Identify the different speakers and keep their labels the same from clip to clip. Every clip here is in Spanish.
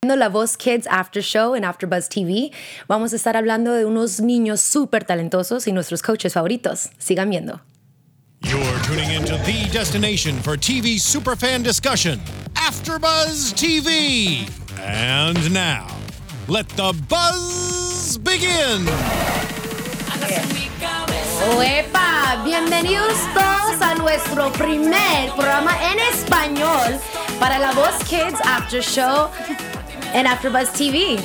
Speaker 1: haciendo la Voz Kids After Show en AfterBuzz TV. Vamos a estar hablando de unos niños súper talentosos y nuestros coaches favoritos. Sigan viendo.
Speaker 2: You're tuning into the destination for TV superfan discussion, AfterBuzz TV. And now, let the buzz begin.
Speaker 1: ¡Uepa! Bienvenidos todos a nuestro primer programa en español para la Voz Kids After Show en AfterBuzz TV.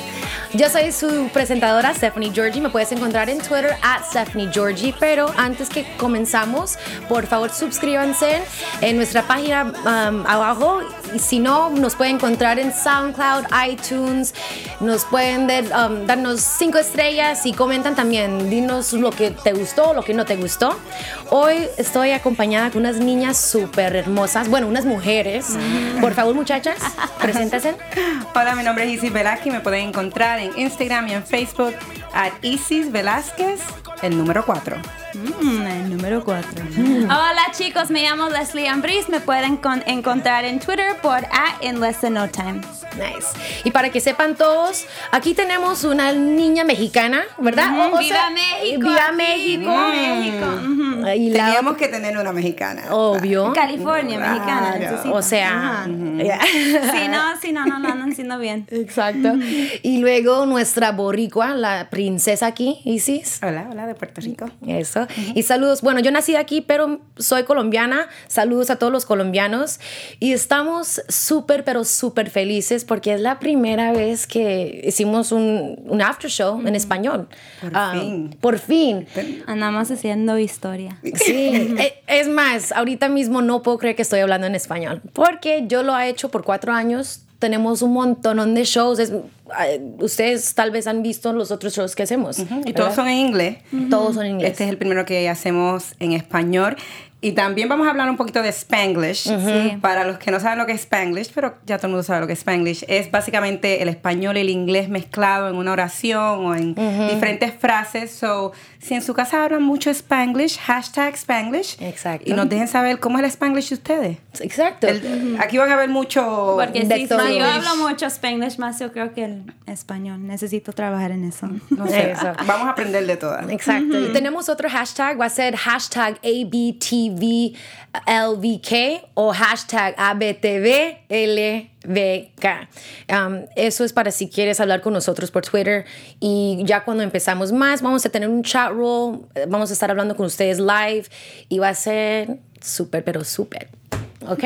Speaker 1: Yo soy su presentadora, Stephanie Georgie. Me puedes encontrar en Twitter, at Stephanie Georgie. Pero antes que comenzamos, por favor, suscríbanse en nuestra página um, abajo. Y si no, nos pueden encontrar en SoundCloud, iTunes. Nos pueden dar, um, darnos cinco estrellas y comentan también. Dinos lo que te gustó o lo que no te gustó. Hoy estoy acompañada con unas niñas súper hermosas. Bueno, unas mujeres. Por favor, muchachas, preséntense.
Speaker 3: Hola, mi nombre es Isis Velázquez. Me pueden encontrar en Instagram y en Facebook at Isis Velázquez, el número 4.
Speaker 4: el número 4.
Speaker 5: Hola chicos, me llamo Leslie Ambris. Me pueden con- encontrar en Twitter por at in less than no time.
Speaker 1: Nice. Y para que sepan todos, aquí tenemos una niña mexicana, ¿verdad?
Speaker 5: Ujú,
Speaker 1: O- o
Speaker 5: viva
Speaker 1: sea,
Speaker 5: México
Speaker 1: ¡Viva
Speaker 5: aquí,
Speaker 1: México!
Speaker 5: viva México. Ujú.
Speaker 1: Y la
Speaker 3: Teníamos que tener una mexicana.
Speaker 1: obvio.
Speaker 5: California,
Speaker 3: Claro.
Speaker 5: mexicana.
Speaker 1: Oh,
Speaker 5: necesito.
Speaker 1: O sea,
Speaker 5: Ajá.
Speaker 1: yeah.
Speaker 5: Sí, no, sí, no, no, no, no entiendo bien.
Speaker 1: exacto. Y luego nuestra boricua, la princesa aquí, Isis.
Speaker 3: Hola, hola de Puerto Rico.
Speaker 1: Eso. Y saludos. Bueno, yo nací aquí, pero soy colombiana. Saludos a todos los colombianos. Y estamos súper, pero súper felices porque es la primera vez que hicimos un, un after show en español.
Speaker 3: Por
Speaker 1: Ah,
Speaker 3: fin.
Speaker 1: Por fin.
Speaker 5: Andamos haciendo historia.
Speaker 1: Sí, e- es más, ahorita mismo no puedo creer que estoy hablando en español, porque yo lo he hecho por cuatro años, tenemos un montón de shows, es- eh, ustedes tal vez han visto los otros shows que hacemos.
Speaker 3: Y todos son en inglés.
Speaker 1: Todos son en inglés.
Speaker 3: Este es el primero que hacemos en español. Y también vamos a hablar un poquito de Spanglish.
Speaker 5: Sí.
Speaker 3: Para los que no saben lo que es Spanglish, pero ya todo el mundo sabe lo que es Spanglish. Es básicamente el español y el inglés mezclado en una oración o en diferentes frases. So, si en su casa hablan mucho Spanglish, hashtag Spanglish.
Speaker 1: Exacto.
Speaker 3: Y nos dejen saber cómo es el Spanglish de ustedes.
Speaker 1: Exacto.
Speaker 3: El- Aquí van a ver mucho...
Speaker 5: Porque sí,
Speaker 1: De
Speaker 5: sí,
Speaker 1: todo.
Speaker 5: yo hablo mucho Spanglish, más yo creo que el español. Necesito trabajar en eso.
Speaker 3: No sé,
Speaker 1: Eso.
Speaker 3: eh, vamos a aprender de todas.
Speaker 1: Exacto. Y tenemos otro hashtag, va a ser hashtag ABTVLVK o hashtag ABTVLVK. Um, eso es para si quieres hablar con nosotros por Twitter. Y ya cuando empezamos más, vamos a tener un chat room, eh, vamos a estar hablando con ustedes live y va a ser súper, pero súper. Ok,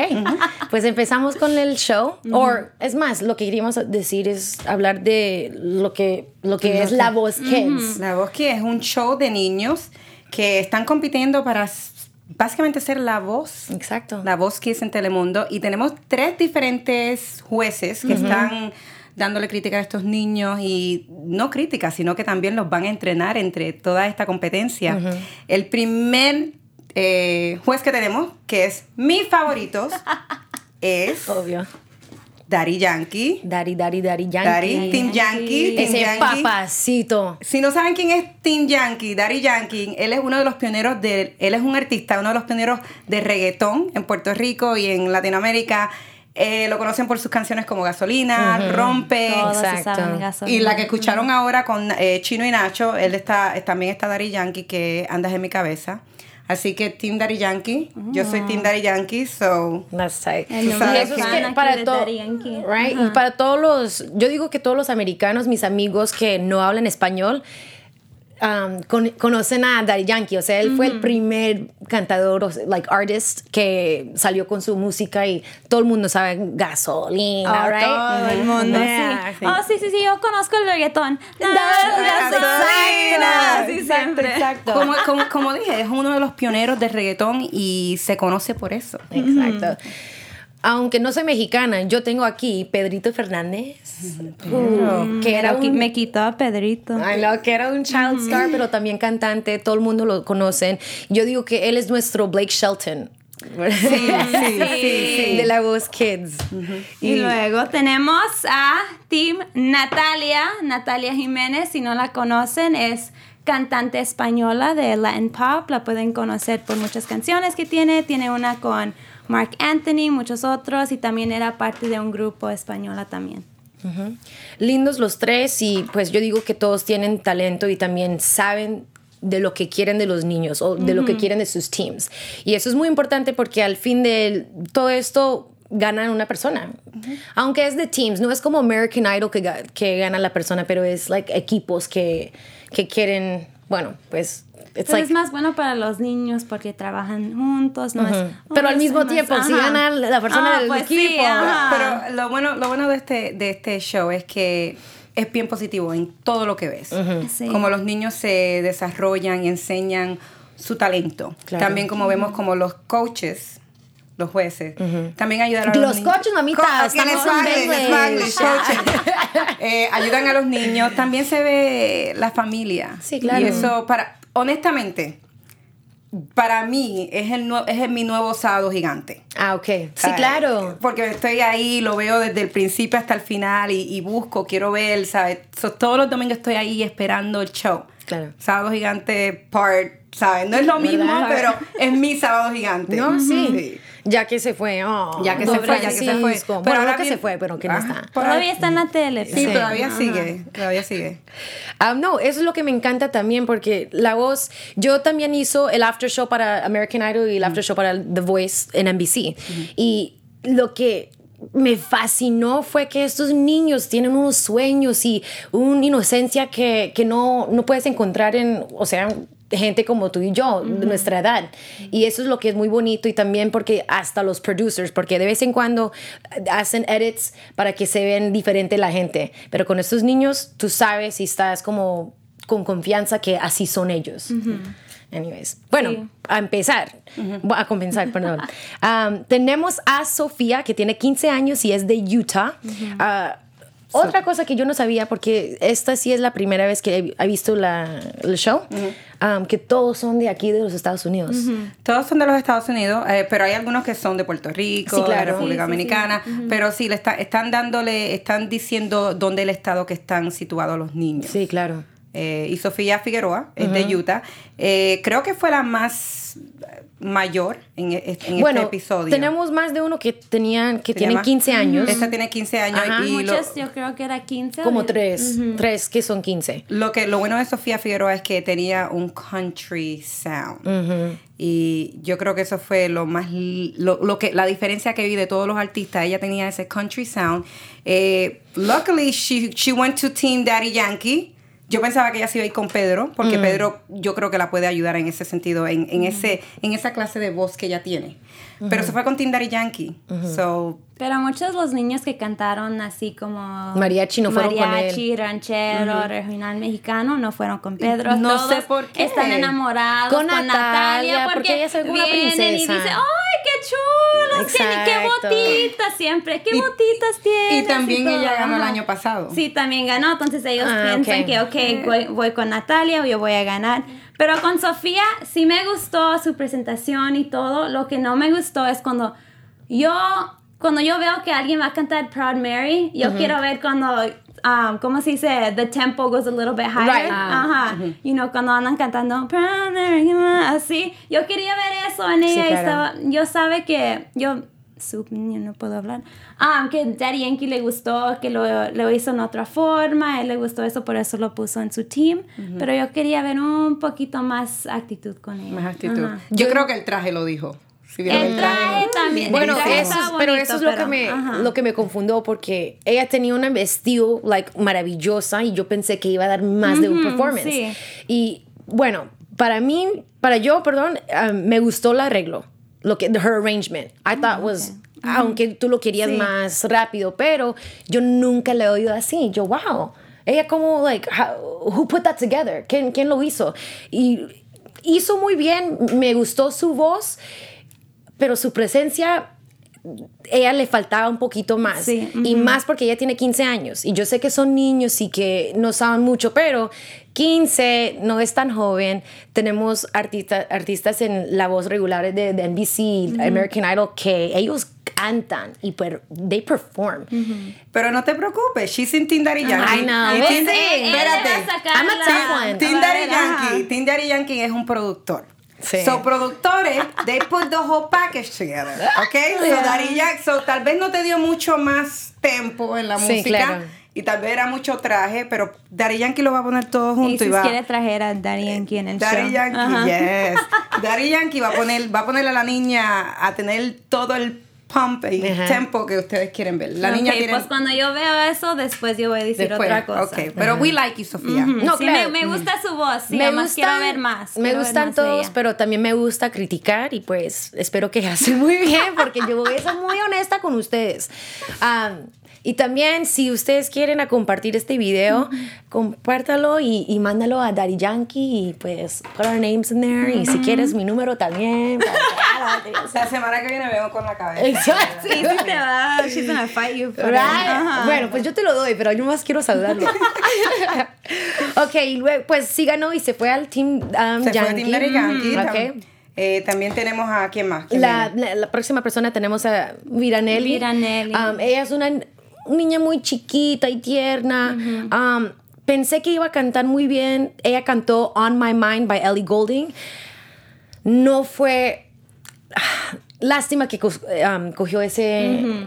Speaker 1: pues empezamos con el show. Or, es más, lo que queríamos decir es hablar de lo que, lo que es la voz kids.
Speaker 3: La voz que es un show de niños que están compitiendo para s- básicamente ser la voz.
Speaker 1: Exacto.
Speaker 3: La voz que es en Telemundo. Y tenemos tres diferentes jueces que están dándole crítica a estos niños y no crítica, sino que también los van a entrenar entre toda esta competencia. El primer eh, juez que tenemos, que es mi favorito, es
Speaker 1: Obvio.
Speaker 3: Daddy Yankee.
Speaker 1: Daddy, daddy, daddy, yankee.
Speaker 3: Daddy, Team Yankee. Team
Speaker 1: Ese
Speaker 3: Yankee.
Speaker 1: papacito.
Speaker 3: Si no saben quién es Tim Yankee, Daddy Yankee, él es uno de los pioneros de, él es un artista, uno de los pioneros de reggaetón en Puerto Rico y en Latinoamérica. Eh, lo conocen por sus canciones como Gasolina, Rompe.
Speaker 5: Todos se
Speaker 1: Exacto.
Speaker 5: saben, gasolina.
Speaker 3: Y la que escucharon ahora con eh, Chino y Nacho, él está, es- también está Daddy Yankee, que andas en mi cabeza. Así que Team Daddy Yankee, yo soy Team Daddy Yankee, so...
Speaker 1: That's tight.
Speaker 5: El
Speaker 1: Y
Speaker 3: nombre
Speaker 1: eso
Speaker 3: de
Speaker 1: es
Speaker 5: fan
Speaker 1: que
Speaker 5: aquí
Speaker 1: para
Speaker 5: de
Speaker 1: todo.
Speaker 5: Daddy Yankee.
Speaker 1: Right? Y para todos los. Yo digo que todos los americanos, mis amigos que no hablan español. um, con- conocen a Daddy Yankee, o sea, él fue el primer cantador, o sea, like artist, que salió con su música y todo el mundo sabe gasolina,
Speaker 5: Oh,
Speaker 1: right?
Speaker 5: Todo el mundo,
Speaker 1: Yeah,
Speaker 5: sí. Oh, sí, sí, sí, yo conozco el reggaetón. Dale
Speaker 3: gasolina.
Speaker 5: gasolina. Sí, siempre.
Speaker 3: Como, como, como dije, es uno de los pioneros de reggaetón y se conoce por eso.
Speaker 1: Exacto. Aunque no soy mexicana, yo tengo aquí Pedrito Fernández, uh, que era
Speaker 5: Pero qui-
Speaker 1: un,
Speaker 5: me quitó a Pedrito.
Speaker 1: I know, que era un child star, pero también cantante, todo el mundo lo conocen. Yo digo que él es nuestro Blake Shelton. De la voz Kids.
Speaker 5: Y luego tenemos a Team Natalia, Natalia Jiménez, si no la conocen, es cantante española de Latin Pop, la pueden conocer por muchas canciones que tiene, tiene una con Mark Anthony, muchos otros, y también era parte de un grupo española también.
Speaker 1: Lindos los tres y pues yo digo que todos tienen talento y también saben de lo que quieren de los niños o de lo que quieren de sus teams. Y eso es muy importante porque al fin de todo esto ganan una persona. Aunque es de teams, no es como American Idol que, ga- que gana la persona, pero es like equipos que, que quieren, bueno, pues... It's
Speaker 5: Pero
Speaker 1: like,
Speaker 5: es más bueno para los niños porque trabajan juntos, no es... "Oh,
Speaker 1: Pero al
Speaker 5: yo
Speaker 1: mismo
Speaker 5: soy más-".
Speaker 1: tiempo, si
Speaker 5: Ajá.
Speaker 1: gana la persona
Speaker 5: Ah,
Speaker 1: del
Speaker 5: pues sí,
Speaker 1: equipo.
Speaker 5: ajá.
Speaker 3: Pero lo bueno, lo bueno de este, de este show es que es bien positivo en todo lo que ves.
Speaker 5: Sí.
Speaker 3: Como los niños se desarrollan y enseñan su talento.
Speaker 1: Claro.
Speaker 3: También como vemos como los coaches, los jueces, también ayudan a los,
Speaker 1: Los
Speaker 3: niños.
Speaker 1: coaches, mamita,
Speaker 3: Co- ok, en
Speaker 1: estamos en
Speaker 3: Spanglish, en
Speaker 1: Spanglish.
Speaker 3: Spanglish, coaches. Eh, ayudan a los niños. También se ve la familia.
Speaker 1: Sí, claro.
Speaker 3: Y eso para, honestamente, para mí es el nue- es el- mi nuevo sábado gigante.
Speaker 1: Ah, ok. Sí,
Speaker 3: ¿sabes?
Speaker 1: claro.
Speaker 3: Porque estoy ahí, lo veo desde el principio hasta el final y, y busco, quiero ver, ¿sabes? So, todos los domingos estoy ahí esperando el show.
Speaker 1: Claro.
Speaker 3: Sábado Gigante Part, ¿sabes? No es lo mismo,
Speaker 1: ¿Verdad?
Speaker 3: pero es mi Sábado Gigante.
Speaker 1: No, sí. Ya que se fue. oh,
Speaker 3: Ya que
Speaker 1: don
Speaker 3: se fue, ya que se fue.
Speaker 1: Francisco.
Speaker 3: Pero
Speaker 1: bueno, no
Speaker 3: ahora
Speaker 1: que
Speaker 3: bien-
Speaker 1: se fue, pero que no
Speaker 3: Ajá.
Speaker 1: está.
Speaker 3: Por ahí-
Speaker 5: Todavía está en la tele.
Speaker 3: Sí,
Speaker 5: pero-
Speaker 3: todavía
Speaker 5: Ajá.
Speaker 3: sigue, todavía sigue.
Speaker 1: Ah, no, eso es lo que me encanta también, porque la voz, yo también hizo el after show para American Idol y el after show para The Voice en NBC. Y lo que me fascinó fue que estos niños tienen unos sueños y una inocencia que, que no, no puedes encontrar en, o sea, gente como tú y yo, de nuestra edad. Y eso es lo que es muy bonito y también porque hasta los producers, porque de vez en cuando hacen edits para que se vean diferente la gente. Pero con estos niños, tú sabes y estás como con confianza que así son ellos. Anyways, bueno,
Speaker 5: Sí.
Speaker 1: a empezar, Bu- a comenzar, perdón. Um, tenemos a Sofía, que tiene 15 años y es de Utah. Ah, otra cosa que yo no sabía, porque esta sí es la primera vez que he- he visto la, el show, um, que todos son de aquí, de los Estados Unidos.
Speaker 3: Todos son de los Estados Unidos, eh, pero hay algunos que son de Puerto Rico,
Speaker 1: Sí, claro.
Speaker 3: de la República
Speaker 5: Sí, sí, sí.
Speaker 3: Dominicana, pero sí, le está- están dándole, están diciendo dónde el estado que están situados los niños.
Speaker 1: Sí, claro.
Speaker 3: Eh, y Sofía Figueroa, es de Utah. Eh, creo que fue la más eh, mayor en, e- en
Speaker 1: bueno,
Speaker 3: este episodio.
Speaker 1: tenemos más de uno que, tenían, que
Speaker 3: Se
Speaker 1: tienen
Speaker 3: llama-
Speaker 1: 15 años,
Speaker 3: Esta tiene 15 años.
Speaker 1: Ajá.
Speaker 3: y lo,
Speaker 5: Muchas, yo creo que era 15.
Speaker 1: como
Speaker 5: o-
Speaker 1: tres, tres que son 15.
Speaker 3: lo que, lo bueno de Sofía Figueroa es que tenía un country sound. Y yo creo que eso fue lo más. li- Lo, lo que, la diferencia que vi de todos los artistas. Ella tenía ese country sound. Eh, luckily, she, she went to Team Daddy Yankee. Yo pensaba que ella se iba a ir con Pedro, porque Pedro yo creo que la puede ayudar en ese sentido, en, en ese, en esa clase de voz que ella tiene. Pero se fue con Team Daddy Yankee. So,
Speaker 5: Pero muchos los niños que cantaron así como...
Speaker 1: Mariachi no fueron con él.
Speaker 5: Mariachi, ranchero, regional mexicano, no fueron con Pedro.
Speaker 3: No
Speaker 5: Todos
Speaker 3: sé por qué.
Speaker 5: Están enamorados
Speaker 1: Con
Speaker 5: con,
Speaker 1: Natalia,
Speaker 5: Natalia
Speaker 1: porque
Speaker 5: porque,
Speaker 1: ella es alguna
Speaker 5: vienen
Speaker 1: princesa.
Speaker 5: y dicen, ¡ay, qué chulas! Qué,
Speaker 1: Exacto.
Speaker 5: ¡Qué botitas siempre! ¡Qué
Speaker 3: Y-
Speaker 5: botitas tienes!
Speaker 3: y también
Speaker 5: todo,
Speaker 3: ella ganó el
Speaker 5: ajá.
Speaker 3: año pasado.
Speaker 5: Sí, también ganó. Entonces ellos
Speaker 1: Ah,
Speaker 5: piensan
Speaker 1: ok.
Speaker 5: que, ok, voy, voy con Natalia o yo voy a ganar. Pero con Sofía sí me gustó su presentación y todo. Lo que no me gustó es cuando yo, cuando yo veo que alguien va a cantar Proud Mary, yo quiero ver cuando, um, ¿cómo se dice? The tempo goes a little bit higher.
Speaker 1: Right. Ah,
Speaker 5: Ajá. You know, cuando andan cantando Proud Mary, así. Yo quería ver eso en ella y
Speaker 1: claro.
Speaker 5: estaba yo sabe que yo su- yo no puedo hablar ah que Daddy Yankee le gustó que lo, lo hizo en otra forma a él le gustó eso por eso lo puso en su team pero yo quería ver un poquito más actitud con él
Speaker 3: más actitud.
Speaker 5: Ajá.
Speaker 3: Yo creo que el traje lo dijo. Si vieron
Speaker 5: el traje también
Speaker 1: Bueno,
Speaker 5: el traje
Speaker 1: eso es,
Speaker 5: estaba
Speaker 1: pero
Speaker 5: bonito,
Speaker 1: eso es lo que
Speaker 5: pero-
Speaker 1: me
Speaker 5: ajá.
Speaker 1: lo que me confundió porque ella tenía un vestido like maravillosa y yo pensé que iba a dar más de un
Speaker 5: Ujú,
Speaker 1: performance.
Speaker 5: sí.
Speaker 1: Y bueno, para mí, para yo, perdón, ah, me gustó el arreglo, lo que her arrangement. I thought was aunque tú lo querías
Speaker 5: Ah, Sí.
Speaker 1: más rápido, pero yo nunca le he oído así. Yo, wow. Ella como like how- who put that together? ¿Quién quién lo hizo? Y hizo muy bien, me gustó su voz pero su presencia ella le faltaba un poquito más
Speaker 5: Sí,
Speaker 1: y más porque ella tiene 15 años y yo sé que son niños y que no saben mucho pero 15 no es tan joven tenemos artista- artistas en la voz regular de, de NBC American Idol que ellos cantan y per- they perform
Speaker 3: Pero no te preocupes, she's in Team Daddy Yankee.
Speaker 1: I know
Speaker 3: Ah, Y
Speaker 1: we'll
Speaker 3: Team-
Speaker 1: see.
Speaker 5: Ella va a
Speaker 3: espérate.
Speaker 5: sacar
Speaker 1: I'm a
Speaker 5: la-
Speaker 1: tough one.
Speaker 3: Team Daddy
Speaker 5: Ajá.
Speaker 3: Yankee. Team Daddy Yankee es un productor.
Speaker 1: Sí.
Speaker 3: So, productores, they put the whole package together. Okay? So, Daddy Yankee- so, tal vez no te dio mucho más tempo en la
Speaker 1: Sí,
Speaker 3: música.
Speaker 1: claro.
Speaker 3: Y tal vez era mucho traje, pero Daddy Yankee lo va a poner todo
Speaker 5: Y
Speaker 3: junto y,
Speaker 5: si
Speaker 3: va. Eh,
Speaker 5: quiere traer a Daddy Yankee en el
Speaker 3: Daddy
Speaker 5: show.
Speaker 3: Yankee,
Speaker 5: Ajá.
Speaker 3: yes. Daddy Yankee va a poner, va a poner a la niña a tener todo el pump y
Speaker 1: Ajá.
Speaker 3: tempo que ustedes quieren ver. La niña
Speaker 5: Ok,
Speaker 3: tiene
Speaker 5: pues cuando yo veo eso, después yo voy a decir
Speaker 3: después.
Speaker 5: otra cosa.
Speaker 3: Ok, pero we like you, Sofía.
Speaker 1: No,
Speaker 5: Sí,
Speaker 1: claro.
Speaker 5: me, me gusta su voz, sí,
Speaker 1: Mm. me
Speaker 5: además
Speaker 1: gustan,
Speaker 5: quiero ver más.
Speaker 1: Me
Speaker 5: quiero ver
Speaker 1: gustan
Speaker 5: más de
Speaker 1: todos,
Speaker 5: ella.
Speaker 1: pero también me gusta criticar y pues espero que hace muy bien porque yo voy a ser muy honesta con ustedes. Am, y también si ustedes quieren a compartir este video, compártalo y, y mándalo a Daddy Yankee y pues put our names in there y si quieres mi número también.
Speaker 3: La semana que viene vengo con la cabeza.
Speaker 1: Exacto.
Speaker 5: Sí, sí te va. She's gonna fight you for it. Ah,
Speaker 1: Right.
Speaker 5: Ajá.
Speaker 1: Bueno, pues yo te lo doy, pero yo más quiero saludarlo. ok, y luego, pues sí ganó y se fue al Team um,
Speaker 3: Se fue
Speaker 1: Yankee.
Speaker 3: Tim Daddy Yankee.
Speaker 1: Mm,
Speaker 3: tam-
Speaker 1: ok.
Speaker 3: eh, también tenemos a quién más. ¿Quién
Speaker 1: La,
Speaker 3: viene?
Speaker 1: la- la próxima persona tenemos a Viranelli.
Speaker 5: Viranelli.
Speaker 1: Um, ella es una niña muy chiquita y tierna. Um, pensé que iba a cantar muy bien. Ella cantó On My Mind by Ellie Golding. No fue... Lástima que cos- um, cogió esa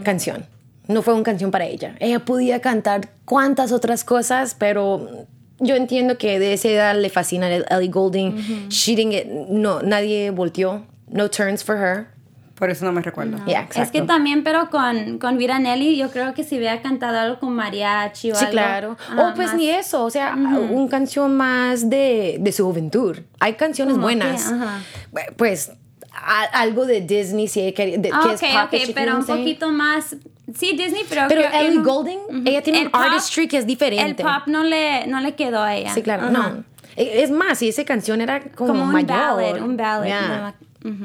Speaker 1: canción. No fue una canción para ella. Ella podía cantar cuantas otras cosas, pero yo entiendo que de esa edad le fascina el- Ellie Goulding. She didn't get- no, nadie volteó. No turns for her.
Speaker 3: Por eso no me recuerdo.
Speaker 1: Yeah, exacto.
Speaker 5: Ah. Es que también, pero con, con Vira Nelly, yo creo que si hubiera cantado algo con mariachi o
Speaker 1: Sí,
Speaker 5: algo.
Speaker 1: claro.
Speaker 5: ah,
Speaker 1: o pues
Speaker 5: más-
Speaker 1: ni eso, o sea, una canción más de, de su juventud. Hay canciones
Speaker 5: ¿Cómo qué?
Speaker 1: buenas.
Speaker 5: Ajá.
Speaker 1: Bu- Pues a- algo de Disney, si hay que, de-
Speaker 5: Ah,
Speaker 1: que
Speaker 5: ok,
Speaker 1: es pop,
Speaker 5: ok,
Speaker 1: chicken,
Speaker 5: pero
Speaker 1: no
Speaker 5: un
Speaker 1: sé.
Speaker 5: poquito más. Sí, Disney, pero.
Speaker 1: Pero
Speaker 5: creo que
Speaker 1: Ellie
Speaker 5: no-
Speaker 1: Golding, ella tiene
Speaker 5: El
Speaker 1: un artistry que es diferente.
Speaker 5: El pop no le, no le quedó a ella.
Speaker 1: Sí, claro,
Speaker 5: Ajá.
Speaker 1: no. E- Es más, y esa canción era como,
Speaker 5: Como un
Speaker 1: mayor.
Speaker 5: ballad, un ballad.
Speaker 1: Yeah.
Speaker 5: no, ujú.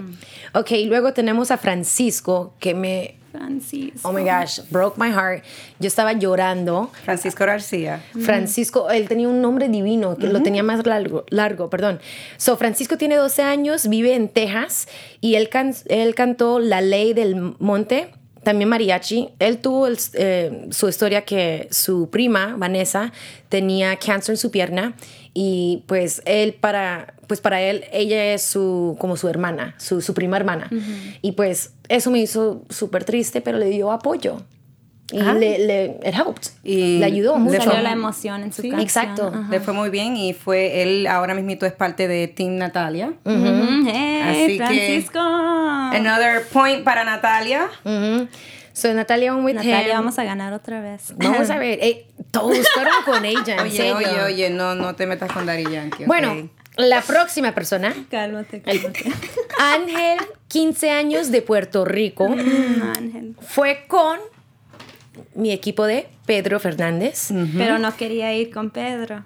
Speaker 1: Ok, y luego tenemos a Francisco, que me...
Speaker 5: Francisco.
Speaker 1: Oh my gosh, broke my heart. Yo estaba llorando.
Speaker 3: Francisco García.
Speaker 1: Francisco, él tenía un nombre divino, que lo tenía más largo, largo, perdón. So, Francisco tiene 12 años, vive en Texas y él, can- él cantó La Ley del Monte, también mariachi. Él tuvo el- eh, su historia que su prima, Vanessa, tenía cáncer en su pierna y pues él para, pues para él, ella es su, como su hermana, su, su prima hermana. Y pues eso me hizo súper triste, pero le dio apoyo. Y le, le, it helped.
Speaker 3: Y
Speaker 1: le ayudó mucho.
Speaker 5: Salió la emoción en su canción.
Speaker 1: Exacto.
Speaker 3: Le fue muy bien y fue él, ahora mismito es parte de Team Natalia.
Speaker 1: Mm.
Speaker 5: Ujú,
Speaker 1: Eh,
Speaker 5: hey,
Speaker 3: Así que-
Speaker 5: Francisco.
Speaker 3: Another point para Natalia.
Speaker 1: Mm, So Natalia went with
Speaker 5: Natalia,
Speaker 1: him.
Speaker 5: vamos a ganar otra vez.
Speaker 1: Vamos a ver. eh, todos fueron con ella, en
Speaker 3: Oye,
Speaker 1: serio.
Speaker 3: oye, oye, no, no te metas con Daddy Yankee. ok?
Speaker 1: Bueno, la próxima persona,
Speaker 5: Cálmate, cálmate.
Speaker 1: Ángel, 15 años de Puerto Rico,
Speaker 5: Ángel.
Speaker 1: fue con mi equipo de Pedro Fernández.
Speaker 5: Pero no quería ir con Pedro.